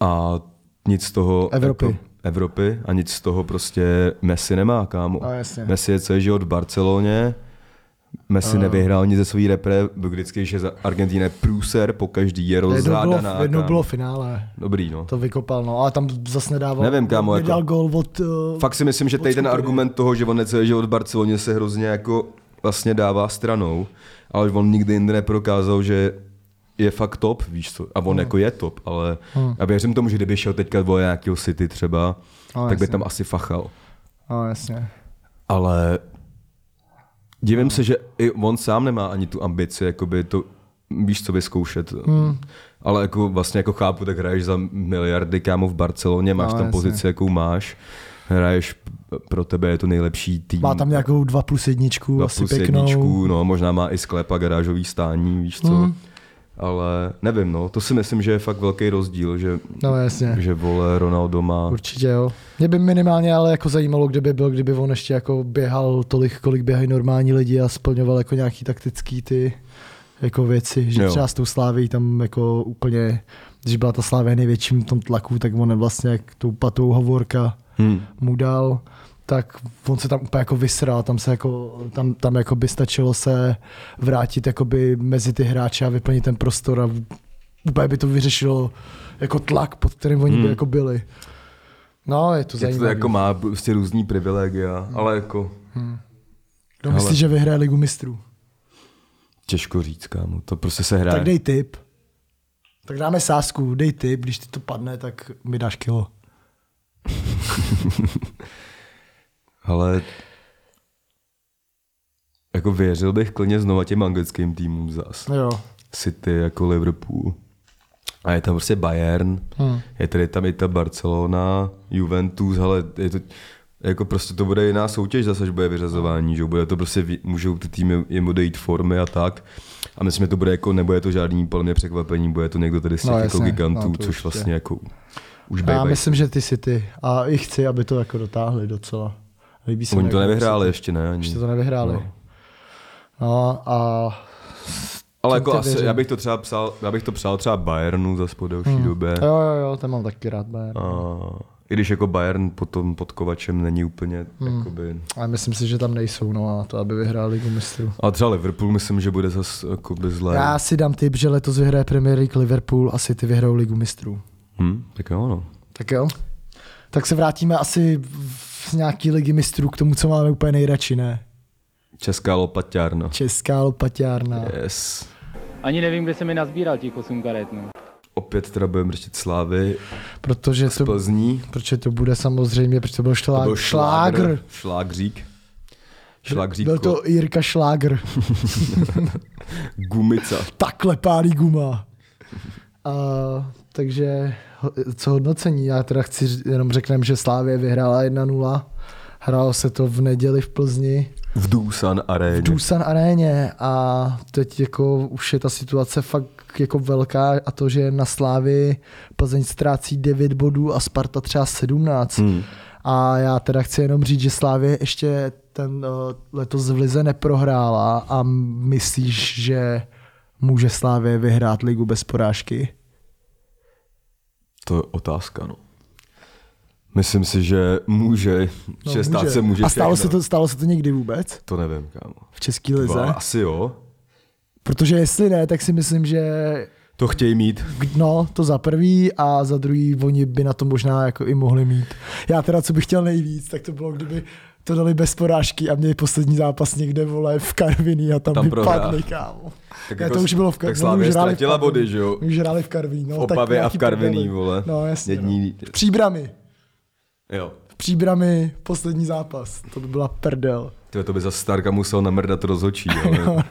[SPEAKER 2] a nic z toho
[SPEAKER 1] Evropy.
[SPEAKER 2] Jako, Evropy a nic z toho prostě Messi nemá, kámo.
[SPEAKER 1] no jasně.
[SPEAKER 2] Messi je celý život v Barceloně, Messi nevyhrál nic ze své repre, byl vždycky, že za Argentina je průser, po každý je
[SPEAKER 1] Jednou
[SPEAKER 2] rozhádaná.
[SPEAKER 1] bylo, jednou
[SPEAKER 2] kámo.
[SPEAKER 1] bylo finále.
[SPEAKER 2] Dobrý, no.
[SPEAKER 1] To vykopal, no, ale tam zase nedával.
[SPEAKER 2] Nevím, kámo,
[SPEAKER 1] Nedal
[SPEAKER 2] jako-
[SPEAKER 1] gol od... Uh,
[SPEAKER 2] Fakt si myslím, že tady ten
[SPEAKER 1] skupiny.
[SPEAKER 2] argument toho, že on je celý život v Barceloně se hrozně jako vlastně dává stranou, ale on nikdy jinde neprokázal, že je fakt top, víš co, a on jako je top, ale hmm. já věřím tomu, že kdyby šel teďka do nějakého City třeba,
[SPEAKER 1] No,
[SPEAKER 2] ale tak by
[SPEAKER 1] jasně.
[SPEAKER 2] tam asi fachal.
[SPEAKER 1] No, jasně.
[SPEAKER 2] Ale divím se, že i on sám nemá ani tu ambici, jakoby to, víš, co vyzkoušet. Hmm. Ale jako vlastně jako chápu, tak hraješ za miliardy kámo v Barceloně, máš
[SPEAKER 1] No,
[SPEAKER 2] no, tam
[SPEAKER 1] jasně.
[SPEAKER 2] pozici, jakou máš, hraješ, p- pro tebe je to nejlepší tým.
[SPEAKER 1] Má tam nějakou 2 plus jedničku,
[SPEAKER 2] Hmm. Dva
[SPEAKER 1] asi
[SPEAKER 2] plus
[SPEAKER 1] pěknou.
[SPEAKER 2] jedničku, no, možná má i sklep a garážový stání, víš co. Hmm. Ale nevím, no, to si myslím, že je fakt velký rozdíl, že,
[SPEAKER 1] No, jasně.
[SPEAKER 2] že vole Ronaldo má...
[SPEAKER 1] Určitě jo. Mě by minimálně ale jako zajímalo, kde by byl, kdyby on ještě jako běhal tolik, kolik běhají normální lidi a splňoval jako nějaký taktický ty jako věci, že jo.
[SPEAKER 2] Jo.
[SPEAKER 1] třeba s tou Sláví tam jako úplně když byla ta Slávě největším v tom tlaku, tak on vlastně jak tou patou hovorka
[SPEAKER 2] Hmm.
[SPEAKER 1] mu dal, tak on se tam úplně jako vysral, tam se jako, tam, tam jako by stačilo se vrátit jakoby mezi ty hráče a vyplnit ten prostor a úplně by to vyřešilo jako tlak, pod kterým oni by
[SPEAKER 2] Hmm.
[SPEAKER 1] jako byli. No, je to
[SPEAKER 2] Je to,
[SPEAKER 1] zajímavé.
[SPEAKER 2] jako má prostě různý privilegia,
[SPEAKER 1] Hmm.
[SPEAKER 2] ale jako
[SPEAKER 1] Kdo myslí,
[SPEAKER 2] hele.
[SPEAKER 1] No, že vyhraje ligu mistrů?
[SPEAKER 2] těžko říct, kámo. To prostě se hraje.
[SPEAKER 1] Tak dej tip. Tak dáme sásku, dej tip, když ti to padne, tak mi dáš kilo.
[SPEAKER 2] Ale jako věřil bych klidně znova těm anglickým týmům zas.
[SPEAKER 1] Jo.
[SPEAKER 2] City jako Liverpool. A je tam prostě Bayern,
[SPEAKER 1] Hmm.
[SPEAKER 2] je tady tam i ta Barcelona, Juventus, ale je to, jako prostě to bude jiná soutěž zase, až bude vyřazování, že jo, bude to prostě, vy- můžou ty týmy jim odejít formy a tak. A myslím, že to bude jako, nebude to žádný podle mě překvapení, bude to někdo tady z těch
[SPEAKER 1] No,
[SPEAKER 2] no, jako
[SPEAKER 1] jasně,
[SPEAKER 2] gigantů,
[SPEAKER 1] no,
[SPEAKER 2] no,
[SPEAKER 1] to
[SPEAKER 2] což
[SPEAKER 1] určitě.
[SPEAKER 2] vlastně jako už
[SPEAKER 1] Já
[SPEAKER 2] bývají.
[SPEAKER 1] myslím, že ty si ty. A i chci, aby to jako dotáhli docela. Líbí se mi,
[SPEAKER 2] Oni to
[SPEAKER 1] jak
[SPEAKER 2] nevyhráli ještě, ne? Ani.
[SPEAKER 1] jako- Ještě to nevyhráli. No,
[SPEAKER 2] No.
[SPEAKER 1] no a
[SPEAKER 2] Ale
[SPEAKER 1] Čem
[SPEAKER 2] jako
[SPEAKER 1] ty
[SPEAKER 2] asi,
[SPEAKER 1] věřím?
[SPEAKER 2] já bych to třeba psal, já bych to přál třeba Bayernu za po delší
[SPEAKER 1] Hmm.
[SPEAKER 2] době.
[SPEAKER 1] jo, jo, jo, ten mám taky rád. Ne?
[SPEAKER 2] A, I když jako Bayern potom pod Kovačem není úplně,
[SPEAKER 1] Hmm.
[SPEAKER 2] hmm. jakoby...
[SPEAKER 1] Ale myslím si, že tam nejsou, no a to, aby vyhráli ligu mistrů.
[SPEAKER 2] A třeba Liverpool myslím, že bude zase jakoby zlé.
[SPEAKER 1] Já si dám tip, že letos vyhraje Premier League Liverpool a City vyhrajou ligu mistrů.
[SPEAKER 2] Hm, tak jo, no.
[SPEAKER 1] Tak jo. Tak se vrátíme asi v- z nějaký ligy mistrů k tomu, co máme úplně nejradši, ne?
[SPEAKER 2] Česká lopaťárna.
[SPEAKER 1] Česká lopaťárna.
[SPEAKER 2] Yes.
[SPEAKER 4] Ani nevím, kde se mi nazbíral těch 8 karet. No.
[SPEAKER 2] Opět teda budeme řešit Slávy
[SPEAKER 1] Protože
[SPEAKER 2] z
[SPEAKER 1] to,
[SPEAKER 2] Plzní.
[SPEAKER 1] protože to bude samozřejmě, protože to byl
[SPEAKER 2] To
[SPEAKER 1] šlá,
[SPEAKER 2] byl
[SPEAKER 1] šlágr.
[SPEAKER 2] šlágr. Šlágřík. Šlágřík. jako
[SPEAKER 1] Byl to Jirka Šlágr.
[SPEAKER 2] Gumica.
[SPEAKER 1] Takhle pálí guma. A, takže ho- co hodnocení? Já teda chci ř- jenom řeknem, že Slávě vyhrála 1-0. Hrálo se to v neděli v Plzni.
[SPEAKER 2] V Dusan aréně.
[SPEAKER 1] Tucson aréně a teď jako už je ta situace fakt jako velká a to, že na Slávy Plzeň ztrácí 9 bodů a Sparta třeba 17. Hmm.
[SPEAKER 2] Hm.
[SPEAKER 1] A já teda chci jenom říct, že Slávě ještě ten eh, letos v Lize neprohrála a myslíš, že může Slávě vyhrát ligu bez porážky?
[SPEAKER 2] To je otázka, no. Myslím si, že může, no, že stát se může
[SPEAKER 1] a stalo se,
[SPEAKER 2] všechno.
[SPEAKER 1] to, stalo se to někdy vůbec
[SPEAKER 2] To nevím, kámo.
[SPEAKER 1] v České lize?
[SPEAKER 2] Dva, asi jo.
[SPEAKER 1] Protože jestli ne, tak si myslím, že
[SPEAKER 2] To chtějí mít.
[SPEAKER 1] No, to za prvý a za druhý oni by na to možná jako i mohli mít. Já teda, co bych chtěl nejvíc, tak to bylo, kdyby to dali bez porážky a měli poslední zápas někde, vole, v Karviní a tam,
[SPEAKER 2] Tam
[SPEAKER 1] tam
[SPEAKER 2] prohrá.
[SPEAKER 1] vypadli, kámo.
[SPEAKER 2] Tak jako
[SPEAKER 1] Ne, to už bylo v Kar-
[SPEAKER 2] Tak
[SPEAKER 1] no,
[SPEAKER 2] Slávě
[SPEAKER 1] už hráli
[SPEAKER 2] ztratila
[SPEAKER 1] v Karviní.
[SPEAKER 2] body, že jo?
[SPEAKER 1] Už hráli v Karviní, no.
[SPEAKER 2] v Opavě
[SPEAKER 1] tak
[SPEAKER 2] a
[SPEAKER 1] nějaký
[SPEAKER 2] v Karviní,
[SPEAKER 1] prdeli.
[SPEAKER 2] vole.
[SPEAKER 1] No, jasně. No.
[SPEAKER 2] Jední...
[SPEAKER 1] Příbramy.
[SPEAKER 2] Jo.
[SPEAKER 1] Příbramy, poslední zápas. To by byla prdel.
[SPEAKER 2] Tyve, to by za Starka musel namrdat rozhočí, ale...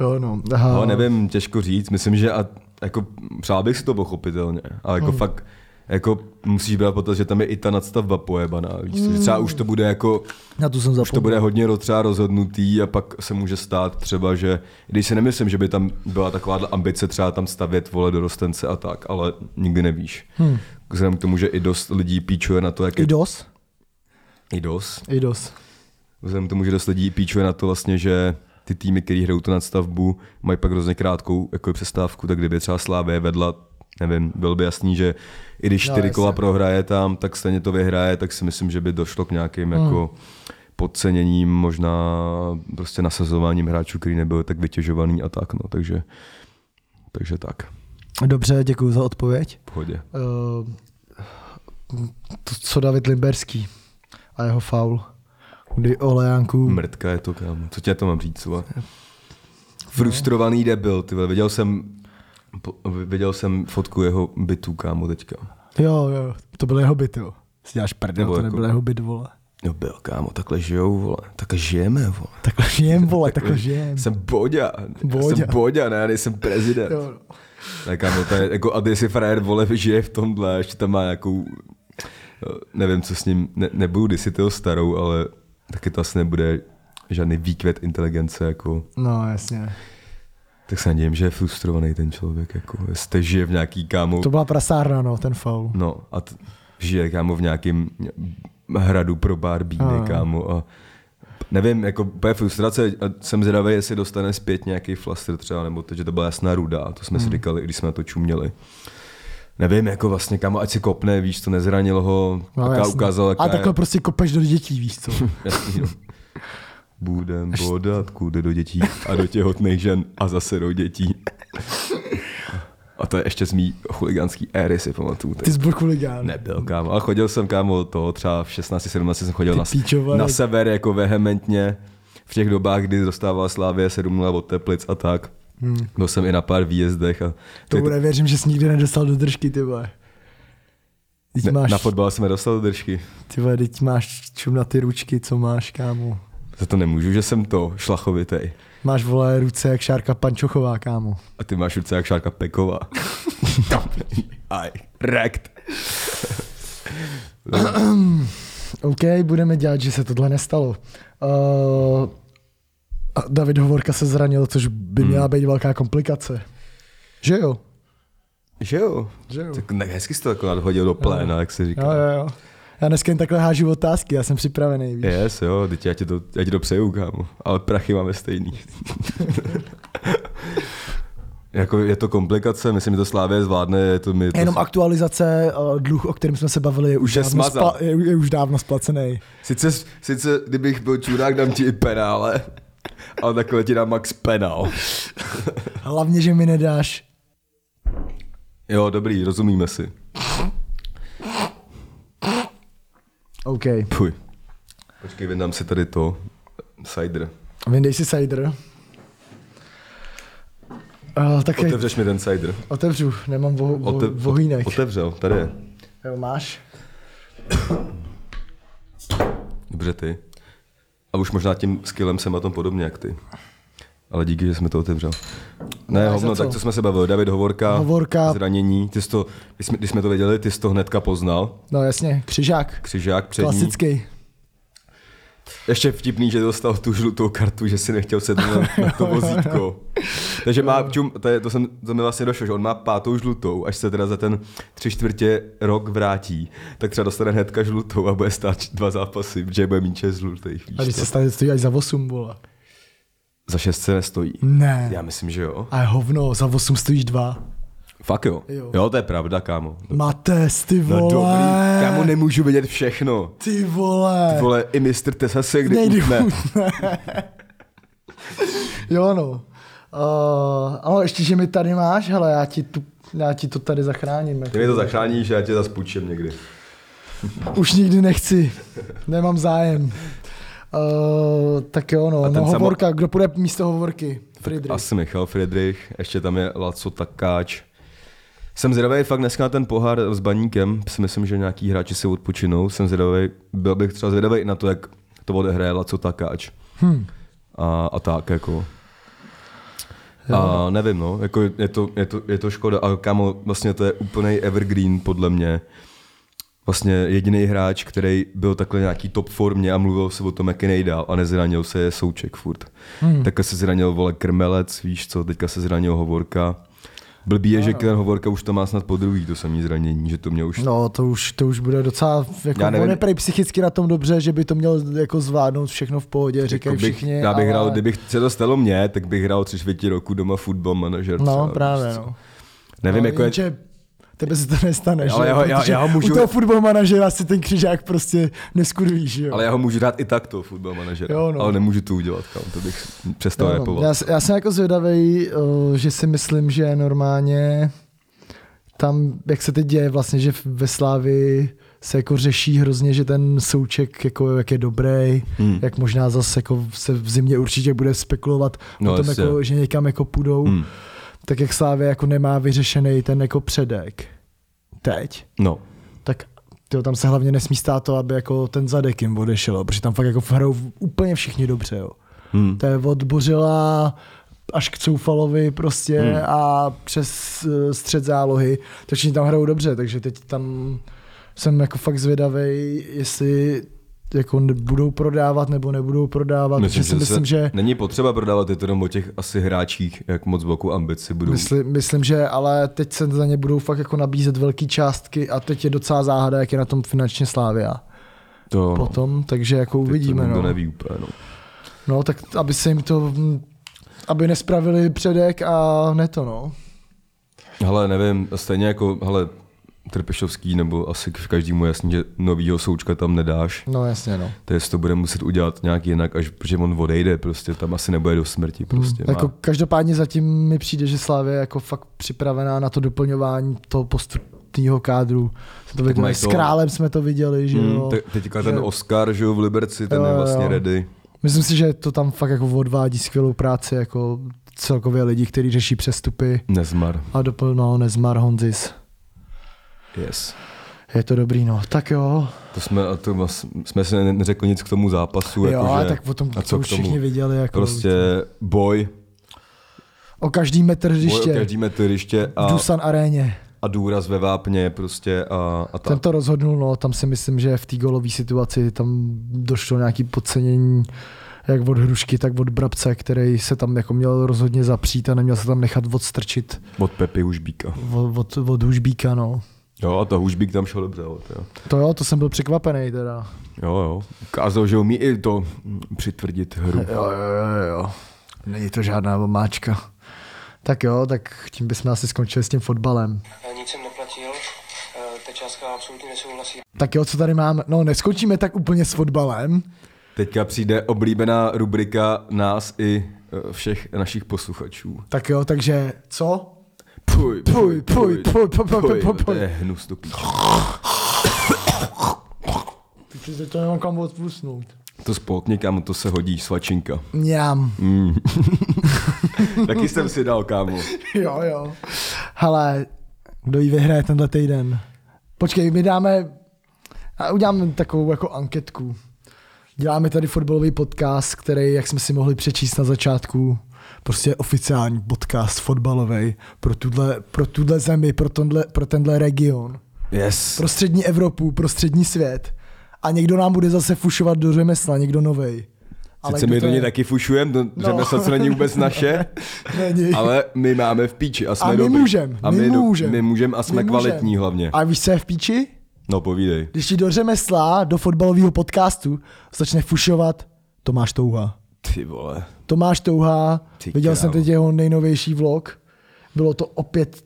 [SPEAKER 1] Jo, no. Aha.
[SPEAKER 2] no, nevím, těžko říct. Myslím, že a, jako, přál bych si to pochopitelně, ale jako fakt jako musíš brát potaz, že tam je i ta nadstavba pojebaná. Víš, co, že třeba už to bude jako
[SPEAKER 1] Na tu jsem
[SPEAKER 2] Už to
[SPEAKER 1] zapomněl.
[SPEAKER 2] bude hodně ro- třeba rozhodnutý a pak se může stát třeba, že když si nemyslím, že by tam byla taková ambice třeba tam stavět vole dorostence a tak, ale nikdy nevíš. Hmm. Vzhledem k tomu, že i dost lidí píčuje na to, jak je...
[SPEAKER 1] Idos?
[SPEAKER 2] I dost.
[SPEAKER 1] Idos.
[SPEAKER 2] Vzhledem k tomu, že dost lidí píčuje na to vlastně, že ty týmy, které hrajou tu nadstavbu, mají pak hrozně krátkou jako přestávku, tak kdyby třeba Slávě vedla, nevím, bylo by jasný, že i když
[SPEAKER 1] No,
[SPEAKER 2] čtyři
[SPEAKER 1] jasně.
[SPEAKER 2] kola prohraje tam, tak stejně to vyhraje, tak si myslím, že by došlo k nějakým
[SPEAKER 1] Hmm.
[SPEAKER 2] jako podceněním, možná prostě nasazováním hráčů, který nebyl tak vytěžovaný a tak, no, takže, takže tak,
[SPEAKER 1] Dobře, děkuji za odpověď.
[SPEAKER 2] v pohodě.
[SPEAKER 1] Ehm, to, co David Limberský a jeho faul, kdy Olejanku
[SPEAKER 2] Mrtka je to, kámo. Co tě to mám říct, vole?
[SPEAKER 1] No.
[SPEAKER 2] Frustrovaný debil, ty vole. Viděl jsem, po- viděl jsem fotku jeho bytu, kámo, teďka.
[SPEAKER 1] Jo, jo, to byl jeho byt, jo. Si děláš prdel,
[SPEAKER 2] Nebo
[SPEAKER 1] to
[SPEAKER 2] jako-
[SPEAKER 1] nebyl jeho byt, vole.
[SPEAKER 2] No byl, kámo, takhle žijou, vole. Takhle žijeme, vole.
[SPEAKER 1] Takhle žijem, vole,
[SPEAKER 2] Jako-
[SPEAKER 1] takhle žijem.
[SPEAKER 2] Jsem Boďa.
[SPEAKER 1] Boďa.
[SPEAKER 2] Já jsem Boďa, ne, já nejsem prezident.
[SPEAKER 1] Jo, no.
[SPEAKER 2] Ne, kámo, to je, jako, a ty si frajer, vole, žije v tomhle, ještě tam má nějakou, no, nevím, co s ním, ne, nebudu disi toho starou, ale taky to asi nebude žádný výkvět inteligence, jako.
[SPEAKER 1] No, jasně.
[SPEAKER 2] Tak se nedivím, že je frustrovaný ten člověk, jako jste žije v nějaký kámo,
[SPEAKER 1] To byla prasárna, no, ten faul.
[SPEAKER 2] no a t- žije kámo v nějakým ně- hradu pro barbíny,
[SPEAKER 1] A.
[SPEAKER 2] kámo a Nevím, jako úplně frustrace, a jsem zvědavý, jestli dostane zpět nějaký flaster třeba, nebo to, že to byla jasná ruda, to jsme si říkali, i když jsme na to čuměli. Nevím, jako vlastně kam, ať si kopne, víš, to nezranilo ho, no, jaká
[SPEAKER 1] jasný.
[SPEAKER 2] ukázala, jaká
[SPEAKER 1] A
[SPEAKER 2] je-
[SPEAKER 1] takhle prostě kopeš do dětí, víš co?
[SPEAKER 2] Jasný, no. Budem bodat kudy do dětí a do těhotných žen a zase do dětí. A to je ještě z mý chuligánský éry, si pamatuju.
[SPEAKER 1] Ty jsi byl chuligán.
[SPEAKER 2] Nebyl, kámo. A chodil jsem, kámo, to třeba v 16, 17 jsem chodil
[SPEAKER 1] Ty
[SPEAKER 2] na,
[SPEAKER 1] píčovare.
[SPEAKER 2] na sever jako vehementně. V těch dobách, kdy dostával Slávě 7 od Teplic a tak. Hmm. Byl jsem i na pár výjezdech. A
[SPEAKER 1] To bude, věřím, že jsi nikdy nedostal do držky, ty vole. Teď
[SPEAKER 2] ne,
[SPEAKER 1] máš,
[SPEAKER 2] Na fotbal jsem nedostal do držky.
[SPEAKER 1] ty vole, teď máš čum na ty ručky, co máš, kámo.
[SPEAKER 2] Za to nemůžu, že jsem to šlachovitej.
[SPEAKER 1] Máš, vole, ruce jak Šárka Pančochová, kámo.
[SPEAKER 2] A ty máš ruce jak Šárka Peková. Aj, rekt.
[SPEAKER 1] OK, budeme dělat, že se tohle nestalo. Uh, David Hovorka se zranil, což by měla být velká komplikace. Že jo?
[SPEAKER 2] Že jo?
[SPEAKER 1] Že jo.
[SPEAKER 2] Tak ne, hezky jsi to jako nadhodil do pléna, jak se říká.
[SPEAKER 1] Jo, jo, jo. Já dneska jen takhle hážu otázky, já jsem připravený, víš.
[SPEAKER 2] Yes, jo, teď já ti to, já ti to přeju, kámo. Ale prachy máme stejný. jako je to komplikace, myslím, že to Slávě zvládne, je to mi... To,
[SPEAKER 1] Jenom aktualizace, eh, dluh, o kterém jsme se bavili, je už,
[SPEAKER 2] je
[SPEAKER 1] dávno,
[SPEAKER 2] smazal.
[SPEAKER 1] je, je už dávno splacený.
[SPEAKER 2] sice, sice, kdybych byl čurák, dám ti i penále, ale takhle ti dám max penál.
[SPEAKER 1] Hlavně, že mi nedáš.
[SPEAKER 2] Jo, dobrý, rozumíme si.
[SPEAKER 1] OK.
[SPEAKER 2] Puj. Počkej, vydám si tady to. Cider.
[SPEAKER 1] Vyndej si cider. Uh, tak Otev...
[SPEAKER 2] Otevřeš mi ten cider.
[SPEAKER 1] otevřu, nemám vo, vo,
[SPEAKER 2] Ote-
[SPEAKER 1] vohýnek.
[SPEAKER 2] Otevřel, tady je.
[SPEAKER 1] Jo, máš?
[SPEAKER 2] Dobře ty. A už možná tím skillem jsem na tom podobně jak ty. Ale díky, že jsme to otevřel. Ne,
[SPEAKER 1] Máš
[SPEAKER 2] hovno,
[SPEAKER 1] No, za co.
[SPEAKER 2] tak to jsme se bavili. David Hovorka,
[SPEAKER 1] Hovorka.
[SPEAKER 2] zranění. Ty jsi to, když jsme, když jsme to věděli, ty jsi to hnedka poznal.
[SPEAKER 1] No jasně, křižák.
[SPEAKER 2] Křižák přední.
[SPEAKER 1] Klasický.
[SPEAKER 2] Ještě vtipný, že dostal tu žlutou kartu, že si nechtěl sednout na, na to vozítko. Takže má, čum, to, je, to, jsem, to mi vlastně došlo, že on má pátou žlutou, až se teda za ten tři čtvrtě rok vrátí, tak třeba dostane hnedka žlutou a bude stát dva zápasy, protože bude mít šest žlutých. víš
[SPEAKER 1] A když
[SPEAKER 2] co.
[SPEAKER 1] se stane, stojí až za 8, vole.
[SPEAKER 2] Za šest se nestojí.
[SPEAKER 1] Ne.
[SPEAKER 2] Já myslím, že jo.
[SPEAKER 1] A hovno, za 8 stojíš 2.
[SPEAKER 2] Fakt jo.
[SPEAKER 1] Jo.
[SPEAKER 2] Jo, jo to je pravda, kámo.
[SPEAKER 1] Mates, ty
[SPEAKER 2] No
[SPEAKER 1] vole.
[SPEAKER 2] dobrý, kámo, nemůžu vědět všechno.
[SPEAKER 1] Ty vole.
[SPEAKER 2] Ty Vole, i mistr Tesa se kdy
[SPEAKER 1] Nejdy
[SPEAKER 2] utne.
[SPEAKER 1] Jo, no. Uh, ale ještě, že mi tady máš, hele, já ti, tu, já ti to tady zachráním. jako.
[SPEAKER 2] Ty mi to zachráníš, já tě zas půjčím někdy.
[SPEAKER 1] Už nikdy nechci. Nemám zájem. Uh, tak jo, no.
[SPEAKER 2] ten
[SPEAKER 1] no
[SPEAKER 2] samo-
[SPEAKER 1] hovorka, kdo půjde místo hovorky? Friedrich.
[SPEAKER 2] Asi Michal Friedrich, ještě tam je Laco Takáč. Jsem zvědavý fakt dneska na ten pohár s baníkem, si myslím, že nějaký hráči si odpočinou. Jsem zvědavý, byl bych třeba zvědavý i na to, jak to odehraje Laco Takáč. Hmm. A, a tak jako. A nevím, no, jako je to, je to, je to škoda, ale kámo, vlastně to je úplný evergreen podle mě. Vlastně jediný hráč, který byl takhle nějaký top formě a mluvil se o tom, jak je nejdál a nezranil se, je Souček furt. Hmm. Takhle se zranil, vole, Krmelec, víš co, teďka se zranil Hovorka. Blbý je, že ten Hovorka už to má snad po druhý, to samý zranění, že to mě už...
[SPEAKER 1] No, to už, to už bude docela, jako
[SPEAKER 2] Já nevím.
[SPEAKER 1] on je prej psychicky na tom dobře, že by to měl jako zvládnout všechno v pohodě, říkají
[SPEAKER 2] Jako bych,
[SPEAKER 1] všichni.
[SPEAKER 2] já bych
[SPEAKER 1] ale...
[SPEAKER 2] hrál, kdybych se to stalo mně, tak bych hrál tři čtvrtě roku doma fotbal manažer. třeba,
[SPEAKER 1] No,
[SPEAKER 2] víš
[SPEAKER 1] právě,
[SPEAKER 2] co.
[SPEAKER 1] no.
[SPEAKER 2] prostě Nevím,
[SPEAKER 1] no,
[SPEAKER 2] jako je,
[SPEAKER 1] jenže Tebe se to nestane,
[SPEAKER 2] Ale
[SPEAKER 1] že?
[SPEAKER 2] já ho- já-
[SPEAKER 1] Protože
[SPEAKER 2] já ho můžu-
[SPEAKER 1] U toho fotbal manažera si ten křižák prostě neskurvíš, že jo?
[SPEAKER 2] Ale já ho můžu dát i takto, fotbal manažera.
[SPEAKER 1] Jo, no.
[SPEAKER 2] Ale nemůžu to udělat, kam, to bych přestal
[SPEAKER 1] Jo, no.
[SPEAKER 2] repovat.
[SPEAKER 1] já, s- já jsem jako zvědavý, eh, že si myslím, že normálně tam, jak se teď děje vlastně, že v- ve Slávi se jako řeší hrozně, že ten souček jako, jak je dobrý, hmm. jak možná zase jako se v zimě určitě bude spekulovat no,
[SPEAKER 2] No,
[SPEAKER 1] o tom,
[SPEAKER 2] jasně.
[SPEAKER 1] jako, že někam jako půjdou, hmm. tak jak Slávě jako nemá vyřešený ten jako předek teď,
[SPEAKER 2] No.
[SPEAKER 1] tak tyjo, tam se hlavně nesmí stát to, aby jako ten zadek jim odešel, jo, protože tam fakt jako hrajou úplně všichni dobře. Jo. Hmm. To je od Bořila až k Coufalovi prostě hmm. a přes eh, střed zálohy, tak všichni tam hrajou dobře, takže teď tam jsem jako fakt zvědavý, jestli jako ne- budou prodávat nebo nebudou prodávat, myslím, že si myslím,
[SPEAKER 2] se-
[SPEAKER 1] že
[SPEAKER 2] Není potřeba prodávat, je to jenom o těch asi hráčích, jak moc boku ambici budou.
[SPEAKER 1] Myslím, myslím, že ale teď se za ně budou fakt jako nabízet velké částky a teď je docela záhada, jak je na tom finančně Slávia.
[SPEAKER 2] to,
[SPEAKER 1] Potom, takže jako
[SPEAKER 2] teď
[SPEAKER 1] uvidíme.
[SPEAKER 2] no. To nikdo
[SPEAKER 1] no.
[SPEAKER 2] neví úplně, no.
[SPEAKER 1] No, tak aby se jim to, mm, aby nespravili předek a ne to, no.
[SPEAKER 2] Hele, nevím, stejně jako, hele, Trpešovský, nebo asi v každému je jasný, že novýho součka tam nedáš.
[SPEAKER 1] No jasně, no.
[SPEAKER 2] To jest to bude muset udělat nějak jinak, až, protože on odejde, prostě tam asi nebude do smrti. Prostě.
[SPEAKER 1] Jako
[SPEAKER 2] Má,
[SPEAKER 1] každopádně zatím mi přijde, že Slávě je jako fakt připravená na to doplňování toho postupného kádru. Jsme To viděli,
[SPEAKER 2] mají
[SPEAKER 1] s
[SPEAKER 2] to-
[SPEAKER 1] králem jsme to viděli, že
[SPEAKER 2] Hmm,
[SPEAKER 1] jo.
[SPEAKER 2] te- teďka ten
[SPEAKER 1] že-
[SPEAKER 2] Oscar, že jo, v Liberci, ten
[SPEAKER 1] Jo,
[SPEAKER 2] je
[SPEAKER 1] jo,
[SPEAKER 2] vlastně
[SPEAKER 1] jo.
[SPEAKER 2] ready.
[SPEAKER 1] Myslím si, že to tam fakt jako odvádí skvělou práci, jako celkově lidi, kteří řeší přestupy
[SPEAKER 2] Nezmar.
[SPEAKER 1] a doplno Nezmar Honzis.
[SPEAKER 2] Yes.
[SPEAKER 1] Je to dobrý, no. Tak jo,
[SPEAKER 2] To jsme, a to vlastně, jsme si ne- neřekli nic k tomu zápasu.
[SPEAKER 1] jo,
[SPEAKER 2] jakože,
[SPEAKER 1] ale tak o tom
[SPEAKER 2] Jako, a
[SPEAKER 1] to
[SPEAKER 2] co
[SPEAKER 1] už
[SPEAKER 2] k tomu?
[SPEAKER 1] všichni viděli. Jako
[SPEAKER 2] Prostě boj,
[SPEAKER 1] O každý metr
[SPEAKER 2] boj o
[SPEAKER 1] hřiště.
[SPEAKER 2] každý metr hřiště
[SPEAKER 1] V
[SPEAKER 2] a,
[SPEAKER 1] Dusan aréně.
[SPEAKER 2] a důraz ve vápně prostě a, a tak.
[SPEAKER 1] Ten to rozhodnul, no, tam si myslím, že v té golové situaci tam došlo nějaký podcenění jak od Hrušky, tak od Brabce, který se tam jako měl rozhodně zapřít a neměl se tam nechat odstrčit
[SPEAKER 2] Od Pepy Hužbíka.
[SPEAKER 1] od, od, od Hužbíka, no.
[SPEAKER 2] Jo, a ta Hužbík tam šel dobře. Jo, to jo.
[SPEAKER 1] To jo, to jsem byl překvapený teda.
[SPEAKER 2] jo, jo. Ukázal, že umí i to mm, přitvrdit hru.
[SPEAKER 1] Jo, jo, jo, jo. Není to žádná omáčka. Tak jo, tak tím bychom asi skončili s tím fotbalem.
[SPEAKER 5] Nic jsem neplatil, eh, ta částka absolutně nesouhlasí.
[SPEAKER 1] Tak jo, co tady máme? No, neskončíme tak úplně s fotbalem.
[SPEAKER 2] Teďka přijde oblíbená rubrika nás i eh, všech našich posluchačů.
[SPEAKER 1] Tak jo, takže co?
[SPEAKER 2] Puj,
[SPEAKER 1] Puj, puj, puj, puj, puj, puj, puj.
[SPEAKER 2] To je hnus do píče.
[SPEAKER 1] Protože to nemám kam odpusnout.
[SPEAKER 2] To spolkni, kámo, to se hodí, svačinka.
[SPEAKER 1] Mňam.
[SPEAKER 2] Taky jsem si dal, kámo.
[SPEAKER 1] Jo, jo. Hele, kdo ji vyhraje tenhle týden? Počkej, my dáme, a uděláme takovou jako anketku. Děláme tady fotbalový podcast, který, jak jsme si mohli přečíst na začátku, prostě je oficiální podcast fotbalový pro tuhle, pro tuhle zemi, pro, tenhle, pro tenhle region,
[SPEAKER 2] Yes.
[SPEAKER 1] pro střední Evropu, pro střední svět. A někdo nám bude zase fušovat do řemesla, někdo novej.
[SPEAKER 2] Sice
[SPEAKER 1] kdo
[SPEAKER 2] my
[SPEAKER 1] to
[SPEAKER 2] do něj
[SPEAKER 1] je? No.
[SPEAKER 2] taky fušujem, to řemeslo, co není vůbec naše,
[SPEAKER 1] Není.
[SPEAKER 2] ale my máme v píči a jsme
[SPEAKER 1] a my
[SPEAKER 2] dobrý.
[SPEAKER 1] můžem,
[SPEAKER 2] A
[SPEAKER 1] my,
[SPEAKER 2] do-
[SPEAKER 1] můžem.
[SPEAKER 2] My můžem a
[SPEAKER 1] My
[SPEAKER 2] jsme
[SPEAKER 1] můžem.
[SPEAKER 2] kvalitní hlavně.
[SPEAKER 1] A víš, co je v píči?
[SPEAKER 2] No povídej.
[SPEAKER 1] Když ti do řemesla, do fotbalového podcastu začne fušovat Tomáš Touha.
[SPEAKER 2] Ty vole.
[SPEAKER 1] Tomáš Touha,
[SPEAKER 2] Ty
[SPEAKER 1] viděl
[SPEAKER 2] krávo.
[SPEAKER 1] jsem teď jeho nejnovější vlog, bylo to opět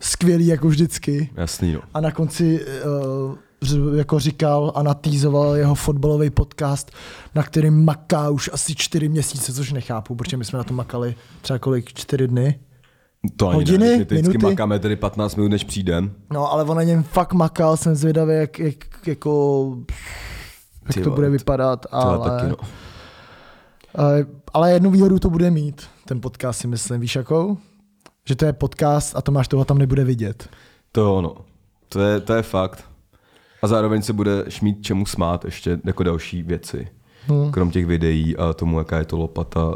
[SPEAKER 1] skvělý jako vždycky
[SPEAKER 2] Jasný, no.
[SPEAKER 1] a na konci eh, ř- jako říkal a natýzoval jeho fotbalový podcast, na kterým maká už asi čtyři měsíce, což nechápu, protože my jsme na to makali třeba kolik, čtyři dny.
[SPEAKER 2] To ani
[SPEAKER 1] Hodiny,
[SPEAKER 2] ne, my vždycky
[SPEAKER 1] minuty?
[SPEAKER 2] makáme tedy 15 minut, než přijdem.
[SPEAKER 1] No, ale on na něm fakt makal, jsem zvědavý, jak, jak, jako, jak
[SPEAKER 2] Ty
[SPEAKER 1] to
[SPEAKER 2] vole,
[SPEAKER 1] bude
[SPEAKER 2] to-
[SPEAKER 1] vypadat,
[SPEAKER 2] Ale...
[SPEAKER 1] ale,
[SPEAKER 2] Taky, no.
[SPEAKER 1] ale, ale jednu výhodu to bude mít, ten podcast si myslím, víš jakou? Že to je podcast a Tomáš toho tam nebude vidět.
[SPEAKER 2] To jo, no. To je, to je fakt. A zároveň se bude šmít čemu smát ještě jako další věci. Hmm. Krom těch videí a tomu, jaká je to lopata.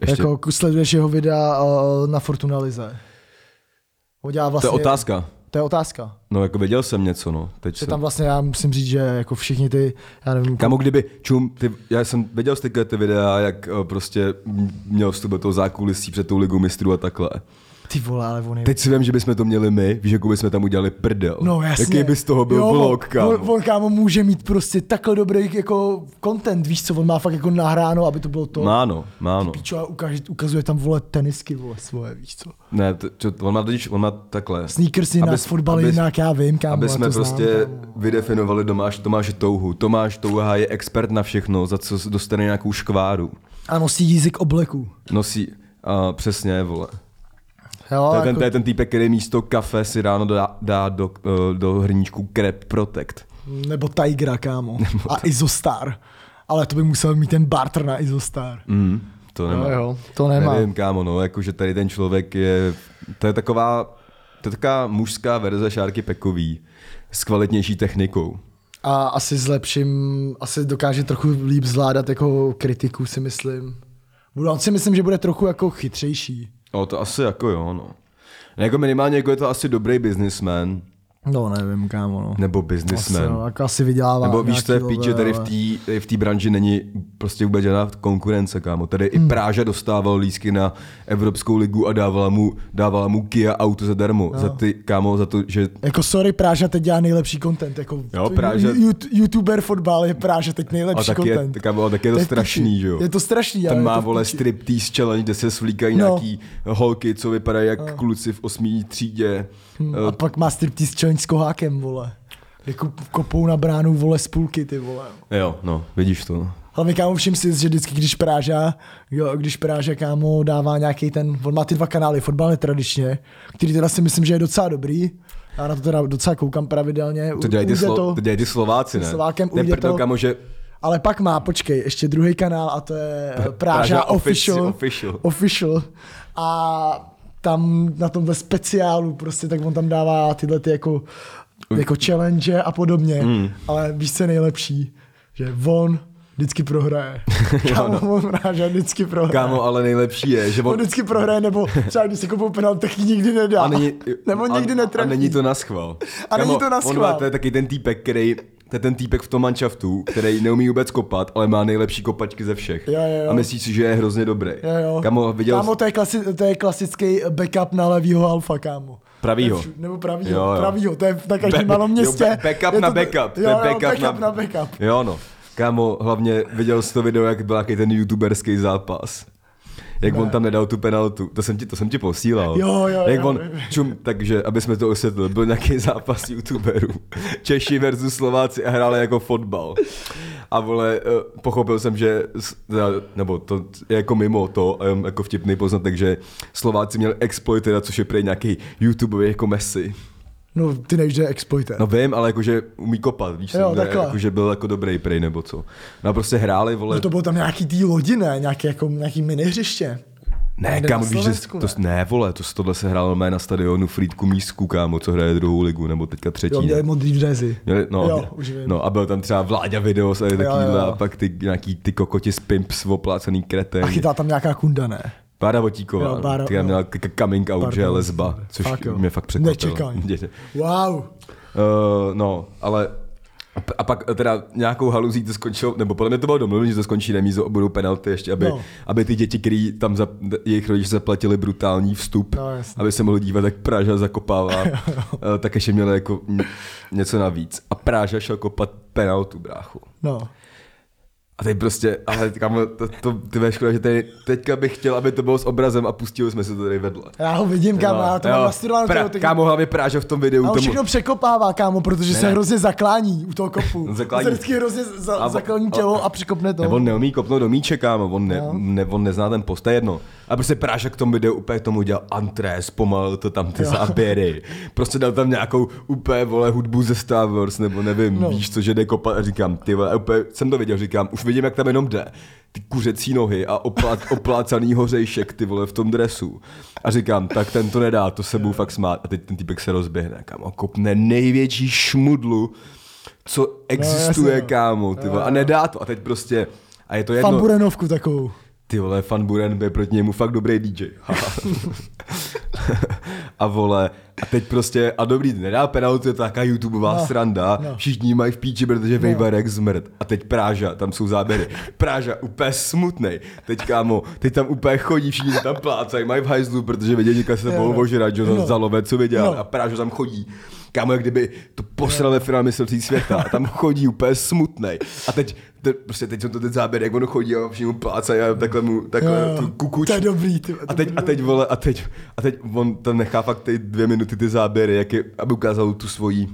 [SPEAKER 2] Ještě, jako,
[SPEAKER 1] Jako k- sleduješ jeho videa uh, na Fortuna Lize. On dělá
[SPEAKER 2] to
[SPEAKER 1] vlastně,
[SPEAKER 2] je otázka.
[SPEAKER 1] To je otázka.
[SPEAKER 2] No, jako věděl jsem něco, no. Teď
[SPEAKER 1] Že
[SPEAKER 2] jsem...
[SPEAKER 1] tam vlastně já musím říct, že jako všichni ty, já nevím,
[SPEAKER 2] Kamo, kdyby, čum, ty, já jsem viděl jsi tyhle ty videa, jak eh, prostě m- měl vstup do toho zákulisí před tou ligou mistrů a takhle.
[SPEAKER 1] ty vole, ale on je...
[SPEAKER 2] Teď si vím, že bychom to měli my, víš, jako bychom tam udělali prdel.
[SPEAKER 1] No jasně.
[SPEAKER 2] Jaký by z toho byl
[SPEAKER 1] Jo, on-
[SPEAKER 2] vlog, kámo?
[SPEAKER 1] On, on, kámo, může mít prostě takhle dobrý jako content, víš co, on má fakt jako nahráno, aby to bylo to.
[SPEAKER 2] Má no, má no.
[SPEAKER 1] Píčo, a ukáže, ukazuje tam, vole, tenisky, vole, svoje, víš co.
[SPEAKER 2] Ne, to, čo, on má totiž, on má takhle.
[SPEAKER 1] Sneakers jinak,
[SPEAKER 2] Abys-
[SPEAKER 1] fotbal
[SPEAKER 2] abys-
[SPEAKER 1] jinak, já vím, kámo,
[SPEAKER 2] Aby
[SPEAKER 1] já
[SPEAKER 2] jsme
[SPEAKER 1] to znám,
[SPEAKER 2] prostě
[SPEAKER 1] kámo.
[SPEAKER 2] vydefinovali Tomáš, Tomáše Touhu. Tomáš Touha je expert na všechno, za co dostane nějakou škváru.
[SPEAKER 1] A nosí jízik obleku.
[SPEAKER 2] Nosí, a přesně, vole.
[SPEAKER 1] Jo,
[SPEAKER 2] To je, ten,
[SPEAKER 1] jako,
[SPEAKER 2] to je ten týpek, který místo kafe si ráno dá, dá do, eh, do hrníčku Crep Protect.
[SPEAKER 1] Nebo Tigra, kámo. A Izostar. Ale to by musel mít ten barter na Izostar.
[SPEAKER 2] Mm, to nemá.
[SPEAKER 1] No jo, to nemá.
[SPEAKER 2] Nevím, kámo, no, jakože tady ten člověk je, to je taková, to je taková mužská verze Šárky Pekový s kvalitnější technikou.
[SPEAKER 1] A asi zlepším, asi dokáže trochu líp zvládat jako kritiku, si myslím. Budu- On si myslím, že bude trochu jako chytřejší.
[SPEAKER 2] No, to asi jako jo, no. Jako minimálně jako je to asi dobrý businessman.
[SPEAKER 1] No, nevím, kámo, no.
[SPEAKER 2] Nebo
[SPEAKER 1] Asi, no,
[SPEAKER 2] businessman.
[SPEAKER 1] jako asi vydělává
[SPEAKER 2] Nebo víš,
[SPEAKER 1] nějaký,
[SPEAKER 2] to je v píči,
[SPEAKER 1] vole,
[SPEAKER 2] tady v
[SPEAKER 1] ale-
[SPEAKER 2] té- tady v té branži není prostě vůbec žádná konkurence, kámo. Tady
[SPEAKER 1] Hmm.
[SPEAKER 2] i Práža dostával lísky na Evropskou ligu a dávala mu, dávala mu Kia auto zadarmo.
[SPEAKER 1] No.
[SPEAKER 2] Za ty, kámo, za to, že
[SPEAKER 1] Jako sorry, Práža teď dělá nejlepší content. Jako
[SPEAKER 2] Jo, Práža-
[SPEAKER 1] ju- ju- YouTuber fotbal je Práža teď nejlepší
[SPEAKER 2] A taky je-
[SPEAKER 1] content.
[SPEAKER 2] kámo, a taky je to
[SPEAKER 1] v piči.
[SPEAKER 2] strašný, že jo?
[SPEAKER 1] Je to strašný, ale
[SPEAKER 2] Tam
[SPEAKER 1] je
[SPEAKER 2] má,
[SPEAKER 1] to v
[SPEAKER 2] vole,
[SPEAKER 1] piči.
[SPEAKER 2] striptease challenge, kde se svlíkají
[SPEAKER 1] No.
[SPEAKER 2] nějaký holky, co vypadají jak kluci v osmý třídě. Eh,
[SPEAKER 1] A pak má striptease challenge s kohákem, vole. Jako kopou na bránu, vole, z půlky, ty vole.
[SPEAKER 2] Eh, Jo, no, vidíš to. no.
[SPEAKER 1] Hlavně kámo všim si, že vždycky, když Práža, jo, když Práža kámo dává nějaký ten, on má ty dva kanály, fotbal netradičně, který teda si myslím, že je docela dobrý. Já na to teda docela koukám pravidelně.
[SPEAKER 2] To
[SPEAKER 1] U-
[SPEAKER 2] dělají ty,
[SPEAKER 1] ujde
[SPEAKER 2] Slo- to dělají ty Slováci, ne?
[SPEAKER 1] Slovákem
[SPEAKER 2] Ten
[SPEAKER 1] ujde
[SPEAKER 2] prdel,
[SPEAKER 1] to.
[SPEAKER 2] kámo, že
[SPEAKER 1] Ale pak má, počkej, ještě druhý kanál a to je eh, Práža
[SPEAKER 2] Práža Offici-
[SPEAKER 1] Official.
[SPEAKER 2] Official.
[SPEAKER 1] Official. A tam na tomhle speciálu prostě, tak on tam dává tyhle ty jako, jako challenge a podobně.
[SPEAKER 2] Hmm.
[SPEAKER 1] Mm. Ale víš, co je nejlepší? Že on vždycky prohraje. Kámo, on Práža vždycky prohraje.
[SPEAKER 2] no. Kámo, ale nejlepší je, že
[SPEAKER 1] On
[SPEAKER 2] on...
[SPEAKER 1] vždycky prohraje, nebo třeba když si koupil penalt, tak ji nikdy nedá.
[SPEAKER 2] A není,
[SPEAKER 1] nebo
[SPEAKER 2] a-
[SPEAKER 1] nikdy netrefí.
[SPEAKER 2] A není to na schvál.
[SPEAKER 1] A není to na
[SPEAKER 2] On má,
[SPEAKER 1] schvál.
[SPEAKER 2] to je taky ten týpek, který to je ten týpek v tom manšaftu, který neumí vůbec kopat, ale má nejlepší kopačky ze všech.
[SPEAKER 1] Jo, jo, jo.
[SPEAKER 2] A myslí si, že je hrozně dobrý.
[SPEAKER 1] Jo, jo.
[SPEAKER 2] Kamo, viděl
[SPEAKER 1] kámo, to je, klasi- to je klasický backup na levýho alfa, kámo.
[SPEAKER 2] Pravýho.
[SPEAKER 1] To je všu- Nebo pravýho,
[SPEAKER 2] Jo,
[SPEAKER 1] jo,
[SPEAKER 2] jo.
[SPEAKER 1] jo. pravýho, to je na každém
[SPEAKER 2] Ba-
[SPEAKER 1] malém městě.
[SPEAKER 2] Jo, ba- backup
[SPEAKER 1] Je
[SPEAKER 2] na
[SPEAKER 1] to-
[SPEAKER 2] backup. To
[SPEAKER 1] Jo,
[SPEAKER 2] je
[SPEAKER 1] jo, backup, na... backup.
[SPEAKER 2] Jo, no. Kámo, hlavně viděl jsi to video, jak byl jaký ten youtuberský zápas. Jak ne. on tam nedal tu penaltu. To jsem ti, to jsem ti posílal.
[SPEAKER 1] Jo, jo,
[SPEAKER 2] Jak
[SPEAKER 1] jo.
[SPEAKER 2] on, čum, takže, aby jsme to osvětlili, byl nějaký zápas youtuberů. Češi versus Slováci a hráli jako fotbal. A vole, eh, pochopil jsem, že, s- teda, nebo to je jako mimo to, em, jako vtipný poznatek, že Slováci měli exploit, teda, což je prej nějaký youtuber jako Messi.
[SPEAKER 1] No, ty nevíš, že je exploiter.
[SPEAKER 2] No vím, ale jakože umí kopat, víš,
[SPEAKER 1] Jo,
[SPEAKER 2] jo, ne,
[SPEAKER 1] takhle.
[SPEAKER 2] jakože byl jako dobrý prej nebo co. No a prostě hráli, vole,
[SPEAKER 1] No to bylo tam nějaký tý lodi, ne? Nějaký, jako, nějaký mini hřiště.
[SPEAKER 2] ne,
[SPEAKER 1] Někde
[SPEAKER 2] kámo,
[SPEAKER 1] na
[SPEAKER 2] víš, že
[SPEAKER 1] Slovensku,
[SPEAKER 2] to,
[SPEAKER 1] ne?
[SPEAKER 2] ne, vole, to, tohle se hrálo mé na stadionu Frýdku Mísku, kámo, co hraje druhou ligu, nebo teďka třetí.
[SPEAKER 1] Jo, měli
[SPEAKER 2] ne?
[SPEAKER 1] modrý dřezy.
[SPEAKER 2] Měli, no,
[SPEAKER 1] jo, už vím.
[SPEAKER 2] no, a byl tam třeba Vláďa video, se
[SPEAKER 1] jo,
[SPEAKER 2] takovýhle,
[SPEAKER 1] jo.
[SPEAKER 2] a pak ty, nějaký ty kokoti z Pimps, oplácený
[SPEAKER 1] A
[SPEAKER 2] kreténi.
[SPEAKER 1] chytá tam nějaká kunda, ne?
[SPEAKER 2] Bára Votíková,
[SPEAKER 1] Jo,
[SPEAKER 2] no,
[SPEAKER 1] Bára-
[SPEAKER 2] která
[SPEAKER 1] jo.
[SPEAKER 2] měla k- k- coming out, že je
[SPEAKER 1] Pardon.
[SPEAKER 2] lesba, což
[SPEAKER 1] Fakt jo.
[SPEAKER 2] mě fakt překvapilo.
[SPEAKER 1] Nečekám.
[SPEAKER 2] Děti.
[SPEAKER 1] Wow.
[SPEAKER 2] Uh, no, ale a pak eh, teda nějakou haluzí to skončilo, nebo podle mě to bylo domluvené, že to skončí remízou a budou penalty ještě, aby, no.
[SPEAKER 1] No.
[SPEAKER 2] aby ty děti, který tam za, jejich rodiče zaplatili brutální vstup,
[SPEAKER 1] No, jasně.
[SPEAKER 2] aby se mohli dívat, jak Praža zakopává, eh, tak ještě měli jako ně- něco navíc. A Praža šel kopat penaltu, bráchu.
[SPEAKER 1] No.
[SPEAKER 2] A teď prostě, ale kamo, to, to, ty ve škoda, že tady, teďka bych chtěl, aby to bylo s obrazem a pustili jsme se to tady vedle.
[SPEAKER 1] Já ho vidím, kámo, já to mám nastudováno.
[SPEAKER 2] pra,
[SPEAKER 1] tyjo, ty-
[SPEAKER 2] Kámo, hlavně Práža v tom videu.
[SPEAKER 1] A on
[SPEAKER 2] tomu-
[SPEAKER 1] všechno překopává, kámo, protože
[SPEAKER 2] Ne,
[SPEAKER 1] se
[SPEAKER 2] ne.
[SPEAKER 1] hrozně zaklání u toho kopu.
[SPEAKER 2] On zaklání.
[SPEAKER 1] On se vždycky hrozně za,
[SPEAKER 2] A on-
[SPEAKER 1] zaklání tělo a překopne to.
[SPEAKER 2] Nebo on neumí kopnout do míče, kámo, on, ne, ne, on nezná ten post, to je jedno. A prostě Prášek k tomu videu úplně tomu dělal antré, zpomalil to tam ty záběry. Prostě dal tam nějakou úplně, vole, hudbu ze Star Wars, nebo nevím, no. víš co, že jde kopat a říkám, ty vole, a úplně jsem to viděl, říkám, už vidím, jak tam jenom jde. Ty kuřecí nohy a oplát, oplácaný hořejšek, ty vole, v tom dresu. A říkám, tak ten to nedá, to se budu fakt smát. A teď ten týpek se rozběhne, kámo, a kopne největší šmudlu, co existuje,
[SPEAKER 1] jasně, no.
[SPEAKER 2] no, kámo, ty vole, a nedá to. A teď prostě, a je to jedno,
[SPEAKER 1] Fan Burenovku takovou.
[SPEAKER 2] ty vole, Fan Buren byl proti němu fakt dobrý DJ. a vole, a teď prostě, a dobrý, nedá penaltu, to je taká YouTubeová no,
[SPEAKER 1] No,
[SPEAKER 2] sranda, no.
[SPEAKER 1] no.
[SPEAKER 2] všichni mají v píči, protože Vejvarek zmrt. A teď Práža, tam jsou záběry. Práža, úplně smutnej. Teď kámo, teď tam úplně chodí, všichni se tam plácají, mají v hajzlu, protože vědí, že se mohou ožrat, že ho no.
[SPEAKER 1] No.
[SPEAKER 2] zalové, co viděl. No.
[SPEAKER 1] No.
[SPEAKER 2] A Práža tam chodí. Kámo, jak kdyby to posral ve finále mistrovství světa. A tam chodí úplně smutnej. A teď, te, prostě teď jsou to ten záběr, jak on chodí a všichni mu plácají a takhle mu, takhle
[SPEAKER 1] Jo, jo.
[SPEAKER 2] Jako tu kukuč.
[SPEAKER 1] To je dobrý, ty-
[SPEAKER 2] a, teď, a teď, vole, a teď, a teď on tam nechá fakt ty dvě minuty ty záběry, jak je, aby ukázal tu svoji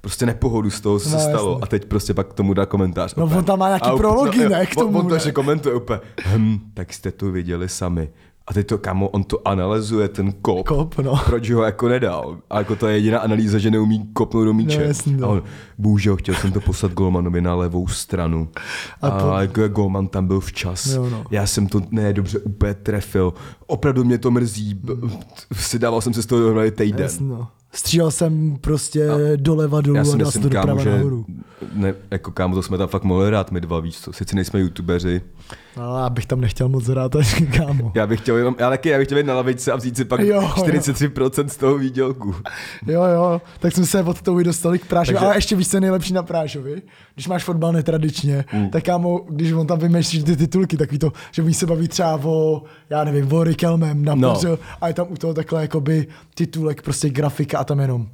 [SPEAKER 2] prostě nepohodu z toho, co se
[SPEAKER 1] No,
[SPEAKER 2] stalo.
[SPEAKER 1] jasně.
[SPEAKER 2] A teď prostě pak k tomu dá komentář.
[SPEAKER 1] No,
[SPEAKER 2] Úplně.
[SPEAKER 1] on tam má nějaký
[SPEAKER 2] A úplně-
[SPEAKER 1] prology,
[SPEAKER 2] jo,
[SPEAKER 1] ne, k
[SPEAKER 2] on-
[SPEAKER 1] tomu,
[SPEAKER 2] On to
[SPEAKER 1] ne?
[SPEAKER 2] ještě komentuje úplně, hm, tak jste to viděli sami. A teď to, kamo, on to analyzuje, ten kop.
[SPEAKER 1] Kop, no.
[SPEAKER 2] Proč ho jako nedal? A jako to je jediná analýza, že neumí kopnout do míče.
[SPEAKER 1] No, jasně, no.
[SPEAKER 2] A on, bohužel, chtěl jsem to poslat Golmanovi na levou stranu. A,
[SPEAKER 1] A
[SPEAKER 2] a
[SPEAKER 1] po-
[SPEAKER 2] jako Golman tam byl včas.
[SPEAKER 1] Jo, no.
[SPEAKER 2] Já jsem to ne dobře úplně trefil. Opravdu mě to mrzí. B- t- Si dával jsem se z toho dohromady týden.
[SPEAKER 1] Jasně, no. Střílel jsem prostě a doleva dolů
[SPEAKER 2] Já si
[SPEAKER 1] a dal jsem to
[SPEAKER 2] myslím,
[SPEAKER 1] doprava
[SPEAKER 2] kámo, že...
[SPEAKER 1] nahoru.
[SPEAKER 2] Ne, jako kámo, to jsme tam fakt mohli hrát my dva, víš co? Sice nejsme youtubeři.
[SPEAKER 1] No, já bych tam nechtěl moc hrát, až kámo.
[SPEAKER 2] Já bych chtěl jenom, já taky, já bych chtěl být na lavičce a vzít si pak
[SPEAKER 1] Jo,
[SPEAKER 2] jo,
[SPEAKER 1] jo.
[SPEAKER 2] 43% z toho výdělku.
[SPEAKER 1] Jo, jo, tak jsme se od toho dostali k Prášovi.
[SPEAKER 2] Takže-
[SPEAKER 1] Ale ještě víš, co je nejlepší na Prášovi? Když máš fotbal netradičně,
[SPEAKER 2] Hmm.
[SPEAKER 1] mm. tak kámo, když on tam vymýšlí ty titulky, takový to, že oni se baví třeba o, já nevím, o Rikelmem na
[SPEAKER 2] No.
[SPEAKER 1] no. a je tam u toho takhle jakoby titulek, prostě grafika a tam jenom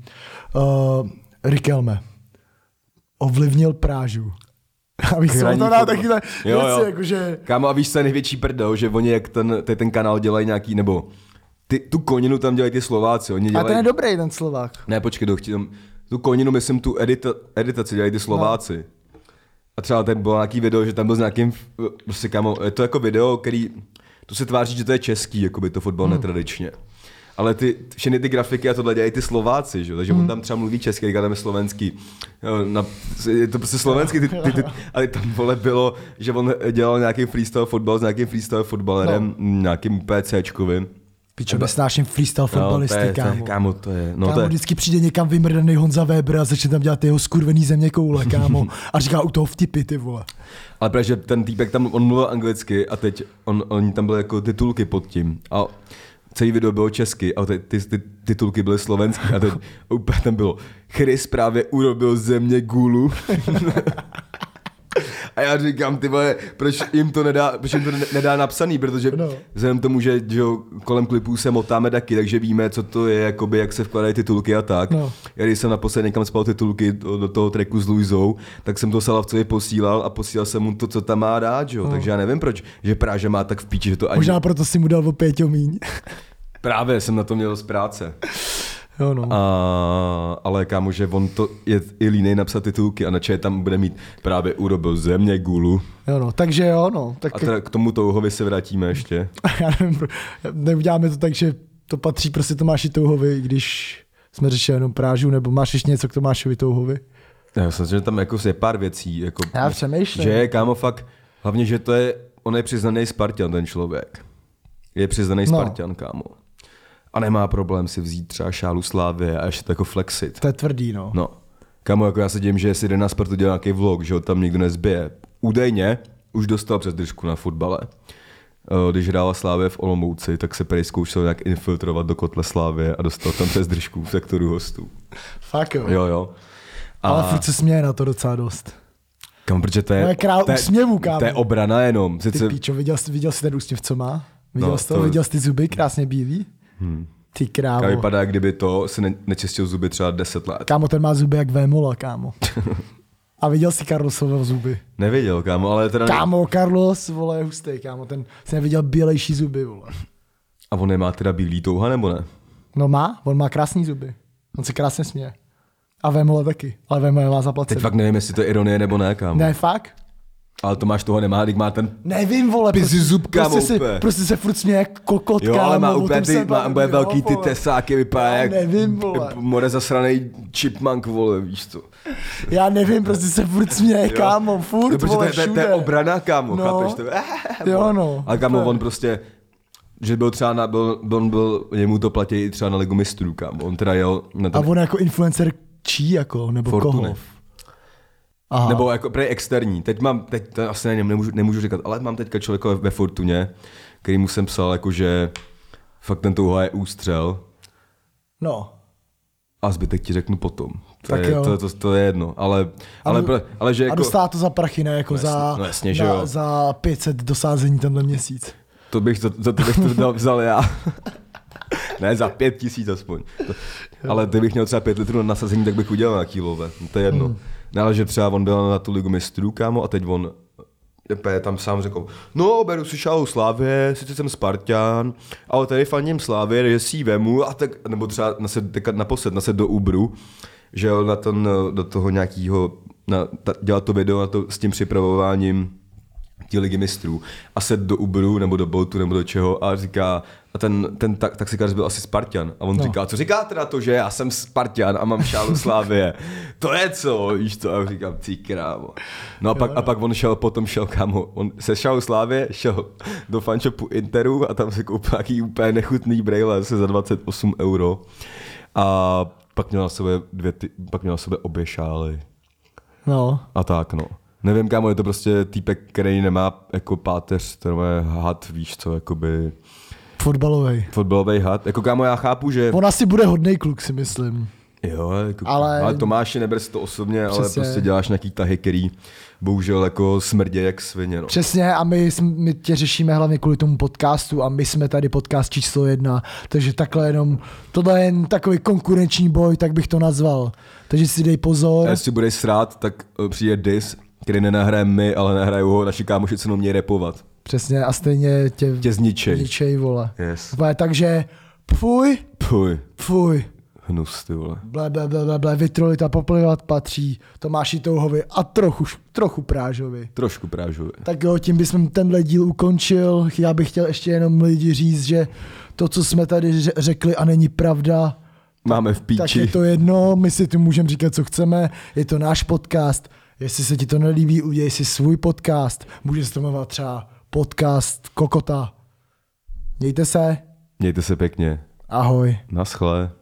[SPEAKER 1] uh, Rikelme ovlivnil Prážu. A víš, co on
[SPEAKER 2] Hraní
[SPEAKER 1] tam dá
[SPEAKER 2] fotbal.
[SPEAKER 1] taky ta
[SPEAKER 2] Jo, jo.
[SPEAKER 1] věci, jakože...
[SPEAKER 2] Kámo, a víš, co je největší prdel, že oni jak ten, tady ten kanál dělají nějaký, nebo ty, tu koninu tam dělají ty Slováci, oni
[SPEAKER 1] A
[SPEAKER 2] dělají...
[SPEAKER 1] ten je dobrý, ten Slovák.
[SPEAKER 2] Ne, počkej, to chci tam, tu koninu, myslím, tu edita, editaci dělají ty Slováci. No. A třeba ten byl nějaký video, že tam byl s nějakým, eh, prostě kámo, je to jako video, který, to se tváří, že to je český, jako by to fotbal hmm. netradičně. Ale ty, všechny ty grafiky a tohle dělají ty Slováci, že? jo? takže hmm. on tam třeba mluví česky, říká tam je slovenský. Jo, Na, je to prostě slovenský, ty, ty, ty, ale tam vole bylo, že on dělal nějaký freestyle fotbal s nějakým freestyle fotbalerem, no. nějakým úplně Cčkovým.
[SPEAKER 1] Pičo, nesnáším freestyle fotbalisty,
[SPEAKER 2] No, to je,
[SPEAKER 1] kámo.
[SPEAKER 2] To je, No, kámo, to je, no
[SPEAKER 1] No
[SPEAKER 2] to
[SPEAKER 1] kámo,
[SPEAKER 2] je,
[SPEAKER 1] vždycky přijde někam vymrdaný Honza Weber a začne tam dělat ty jeho skurvený země koule, kámo. A říká u toho vtipy, ty vole.
[SPEAKER 2] Ale protože ten týpek tam, on mluvil anglicky a teď on, oni tam byly jako titulky pod tím a celý video bylo česky a teď ty, ty titulky byly slovenský a teď úplně tam bylo Chris právě urobil země gulu. A já říkám, ty vole, proč jim to nedá, proč jim to ne- nedá napsaný, protože
[SPEAKER 1] No.
[SPEAKER 2] no. vzhledem k tomu, že, že jo, kolem klipů se motáme taky, takže víme, co to je, jakoby, jak se vkládají titulky a tak.
[SPEAKER 1] No.
[SPEAKER 2] No. Já když jsem naposled někam spal titulky do, do toho tracku s Luizou, tak jsem to Salavcovi posílal a posílal jsem mu to, co tam má rád, že jo? No. Takže já nevím, proč, že Práža má tak v píči, že to ani...
[SPEAKER 1] Možná proto si mu dal o pět míň.
[SPEAKER 2] Právě jsem na to měl z práce.
[SPEAKER 1] jo, no.
[SPEAKER 2] A, ale kámo, že on to je i línej napsat titulky a na čele tam bude mít právě urobil země gulu.
[SPEAKER 1] jo, no. Takže jo, no. Tak
[SPEAKER 2] A teda k tomu touhovi se vrátíme ještě.
[SPEAKER 1] já nevím, pro- neuděláme to tak, že to patří prostě Tomáši Touhovi, i když jsme řešili jenom Prážu, nebo máš ještě něco k Tomášovi Touhovi?
[SPEAKER 2] Já myslím, že tam jako je pár věcí. Jako,
[SPEAKER 1] Já přemýšlím.
[SPEAKER 2] Že je kámo fakt, hlavně, že to je, on je přiznaný Spartan ten člověk. Je přiznaný
[SPEAKER 1] No.
[SPEAKER 2] no. Spartan, kámo. A nemá problém si vzít třeba šálu slávy a ještě to jako flexit.
[SPEAKER 1] To je tvrdý, no.
[SPEAKER 2] No. Kámo, jako já se dím, že jestli jde na Spartu dělá nějaký vlog, že ho tam nikdo nezbije. Údajně už dostal přes držku na fotbale. Eh, Když hrála Slávě v Olomouci, tak se prej zkoušel nějak infiltrovat do kotle Slávě a dostal tam přes držku v sektoru hostů.
[SPEAKER 1] Fakt jo.
[SPEAKER 2] Jo, jo. A...
[SPEAKER 1] Ale furt se směje na to docela dost.
[SPEAKER 2] Kam, protože to je,
[SPEAKER 1] To je král
[SPEAKER 2] to je,
[SPEAKER 1] úsměvu, kámo.
[SPEAKER 2] To je obrana jenom. Sice,
[SPEAKER 1] Ty píčo, viděl jsi, viděl jsi ten úsměv, co má? Viděl
[SPEAKER 2] No,
[SPEAKER 1] jsi to? to?
[SPEAKER 2] to- Hmm.
[SPEAKER 1] Viděl jsi ty zuby krásně bílý? Ty krávo.
[SPEAKER 2] a vypadá, jak kdyby to se ne, nečistil zuby třeba 10 let.
[SPEAKER 1] Kámo, ten má zuby jak Vémola, kámo. A viděl jsi Carlosovo zuby.
[SPEAKER 2] Nevěděl, kámo, ale teda...
[SPEAKER 1] Kámo, Carlos, vole, je hustý, kámo, ten jsem neviděl bělejší zuby, vole.
[SPEAKER 2] A on nemá teda bílý touha, nebo ne?
[SPEAKER 1] No má, on má krásný zuby. On se krásně směje. A Vémola taky, ale Vémola má
[SPEAKER 2] Teď
[SPEAKER 1] zaplacený.
[SPEAKER 2] fakt nevím, jestli to je ironie nebo ne, kámo.
[SPEAKER 1] Ne, fakt?
[SPEAKER 2] Ale Tomáš toho nemá, když má ten...
[SPEAKER 1] Nevím, vole,
[SPEAKER 2] Pizzy zub, kámo,
[SPEAKER 1] prostě, se,
[SPEAKER 2] úplně.
[SPEAKER 1] prostě se furt směje jak kokot,
[SPEAKER 2] Jo,
[SPEAKER 1] kámo,
[SPEAKER 2] ale má
[SPEAKER 1] o
[SPEAKER 2] úplně
[SPEAKER 1] tom se
[SPEAKER 2] ty, má
[SPEAKER 1] bavím,
[SPEAKER 2] úplně
[SPEAKER 1] jo,
[SPEAKER 2] velký ty
[SPEAKER 1] vole.
[SPEAKER 2] tesáky, vypadá
[SPEAKER 1] Já
[SPEAKER 2] jak
[SPEAKER 1] nevím, vole.
[SPEAKER 2] p- more zasranej chipmunk, vole, víš co.
[SPEAKER 1] Já nevím, prostě se furt směje, kámo, furt,
[SPEAKER 2] no, protože
[SPEAKER 1] vole,
[SPEAKER 2] to, je, to, je, to je
[SPEAKER 1] všude.
[SPEAKER 2] obrana, kámo,
[SPEAKER 1] No.
[SPEAKER 2] no. chápeš to?
[SPEAKER 1] Jo, no.
[SPEAKER 2] A kámo,
[SPEAKER 1] Úplně.
[SPEAKER 2] on prostě, že byl třeba na, byl, on byl, jemu to platí i třeba na Ligu mistrů, kámo. On teda jel na
[SPEAKER 1] A
[SPEAKER 2] ten
[SPEAKER 1] on jako influencer čí, jako, nebo
[SPEAKER 2] Fortuny.
[SPEAKER 1] koho? Aha.
[SPEAKER 2] Nebo jako prej externí. Teď mám, teď to asi nevím, nemůžu, nemůžu říkat, ale mám teďka člověka ve Fortuně, který mu jsem psal, jako že fakt ten touha je ústřel
[SPEAKER 1] No,
[SPEAKER 2] a zbytek ti řeknu potom. To,
[SPEAKER 1] Tak
[SPEAKER 2] je,
[SPEAKER 1] jo.
[SPEAKER 2] to, to, to, je jedno, ale, ale, pro- ale že
[SPEAKER 1] a
[SPEAKER 2] jako,
[SPEAKER 1] dostává to za prachy, ne? Jako
[SPEAKER 2] No jasně-
[SPEAKER 1] za,
[SPEAKER 2] no jasně, že
[SPEAKER 1] na,
[SPEAKER 2] jo.
[SPEAKER 1] za 500 dosázení tenhle měsíc.
[SPEAKER 2] to bych, za, za to bych to dal- vzal já. ne, za pět tisíc aspoň. To, ale kdybych měl třeba pět litrů na nasazení, tak bych udělal nějaký love. No, to je jedno. Ne, ale že třeba on byl na tu ligu mistrů, kámo, a teď on Pepe tam sám řekl, no, beru si šálu Slávě, sice jsem Spartan, ale tady faním Slávě, že si ji vemu, a tak, nebo třeba nased, teďka naposled nased do Ubru, že jel na ten, do toho nějakého, na, ta, dělat to video na to, s tím připravováním té ligy mistrů a sedl do Uberu nebo do Boltu nebo do čeho a říká, a ten, ten ta, taxikář byl asi Spartan a on no. říká, co říká teda to, že já jsem Spartan a mám šálu Slávie, to je co, víš co, a já říkám, ty krámo. No a pak, a pak on šel, potom šel kámo, on se šel Slávě, šel do fanshopu Interu a tam se koupil nějaký úplně nechutný brejle se za 28 euro a pak měl na sobě, dvě ty, pak měl na sobě obě šály
[SPEAKER 1] No,
[SPEAKER 2] a tak, no. Nevím, kámo, je to prostě týpek, který nemá jako páteř, ten má had, víš co, jakoby
[SPEAKER 1] fotbalovej.
[SPEAKER 2] fotbalový had. Jako kámo, já chápu, že...
[SPEAKER 1] On asi bude hodnej kluk, si myslím.
[SPEAKER 2] Jo, jako, ale...
[SPEAKER 1] Ale-
[SPEAKER 2] ale Tomáši, neber si to osobně, Přesně. ale
[SPEAKER 1] Přesně.
[SPEAKER 2] prostě děláš nějaký tahy, který bohužel jako smrdě jak svině. No.
[SPEAKER 1] Přesně a my, jsme- my tě řešíme hlavně kvůli tomu podcastu a my jsme tady podcast číslo jedna, takže takhle jenom, tohle je jen takový konkurenční boj, tak bych to nazval. Takže si dej
[SPEAKER 2] A
[SPEAKER 1] pozor.
[SPEAKER 2] jestli budeš srát, tak eh, přijde dis, který nenahraje my, ale nahrajou ho naši kámoši, co mě repovat.
[SPEAKER 1] Přesně a stejně tě,
[SPEAKER 2] Tě zničej.
[SPEAKER 1] ničej, vole.
[SPEAKER 2] Yes.
[SPEAKER 1] Úplně tak, že pfuj,
[SPEAKER 2] Puj,
[SPEAKER 1] pfuj,
[SPEAKER 2] hnus ty vole.
[SPEAKER 1] ble, ble, ble, ble, ble vytrolit a poplivat patří Tomáši Touhovi a trochu, trochu Prážovi.
[SPEAKER 2] Trošku prážově.
[SPEAKER 1] Tak jo, tím bychom tenhle díl ukončil. Já bych chtěl ještě jenom lidi říct, že to, co jsme tady ře- řekli a není pravda,
[SPEAKER 2] Máme v
[SPEAKER 1] tak je
[SPEAKER 2] píči.
[SPEAKER 1] to jedno, my si tu můžeme říkat, co chceme, je to náš podcast, jestli se ti to nelíbí, udělej si svůj podcast, může se to jmenovat třeba podcast Kokota. Mějte se,
[SPEAKER 2] Mějte se pěkně.
[SPEAKER 1] ahoj.
[SPEAKER 2] Naschle.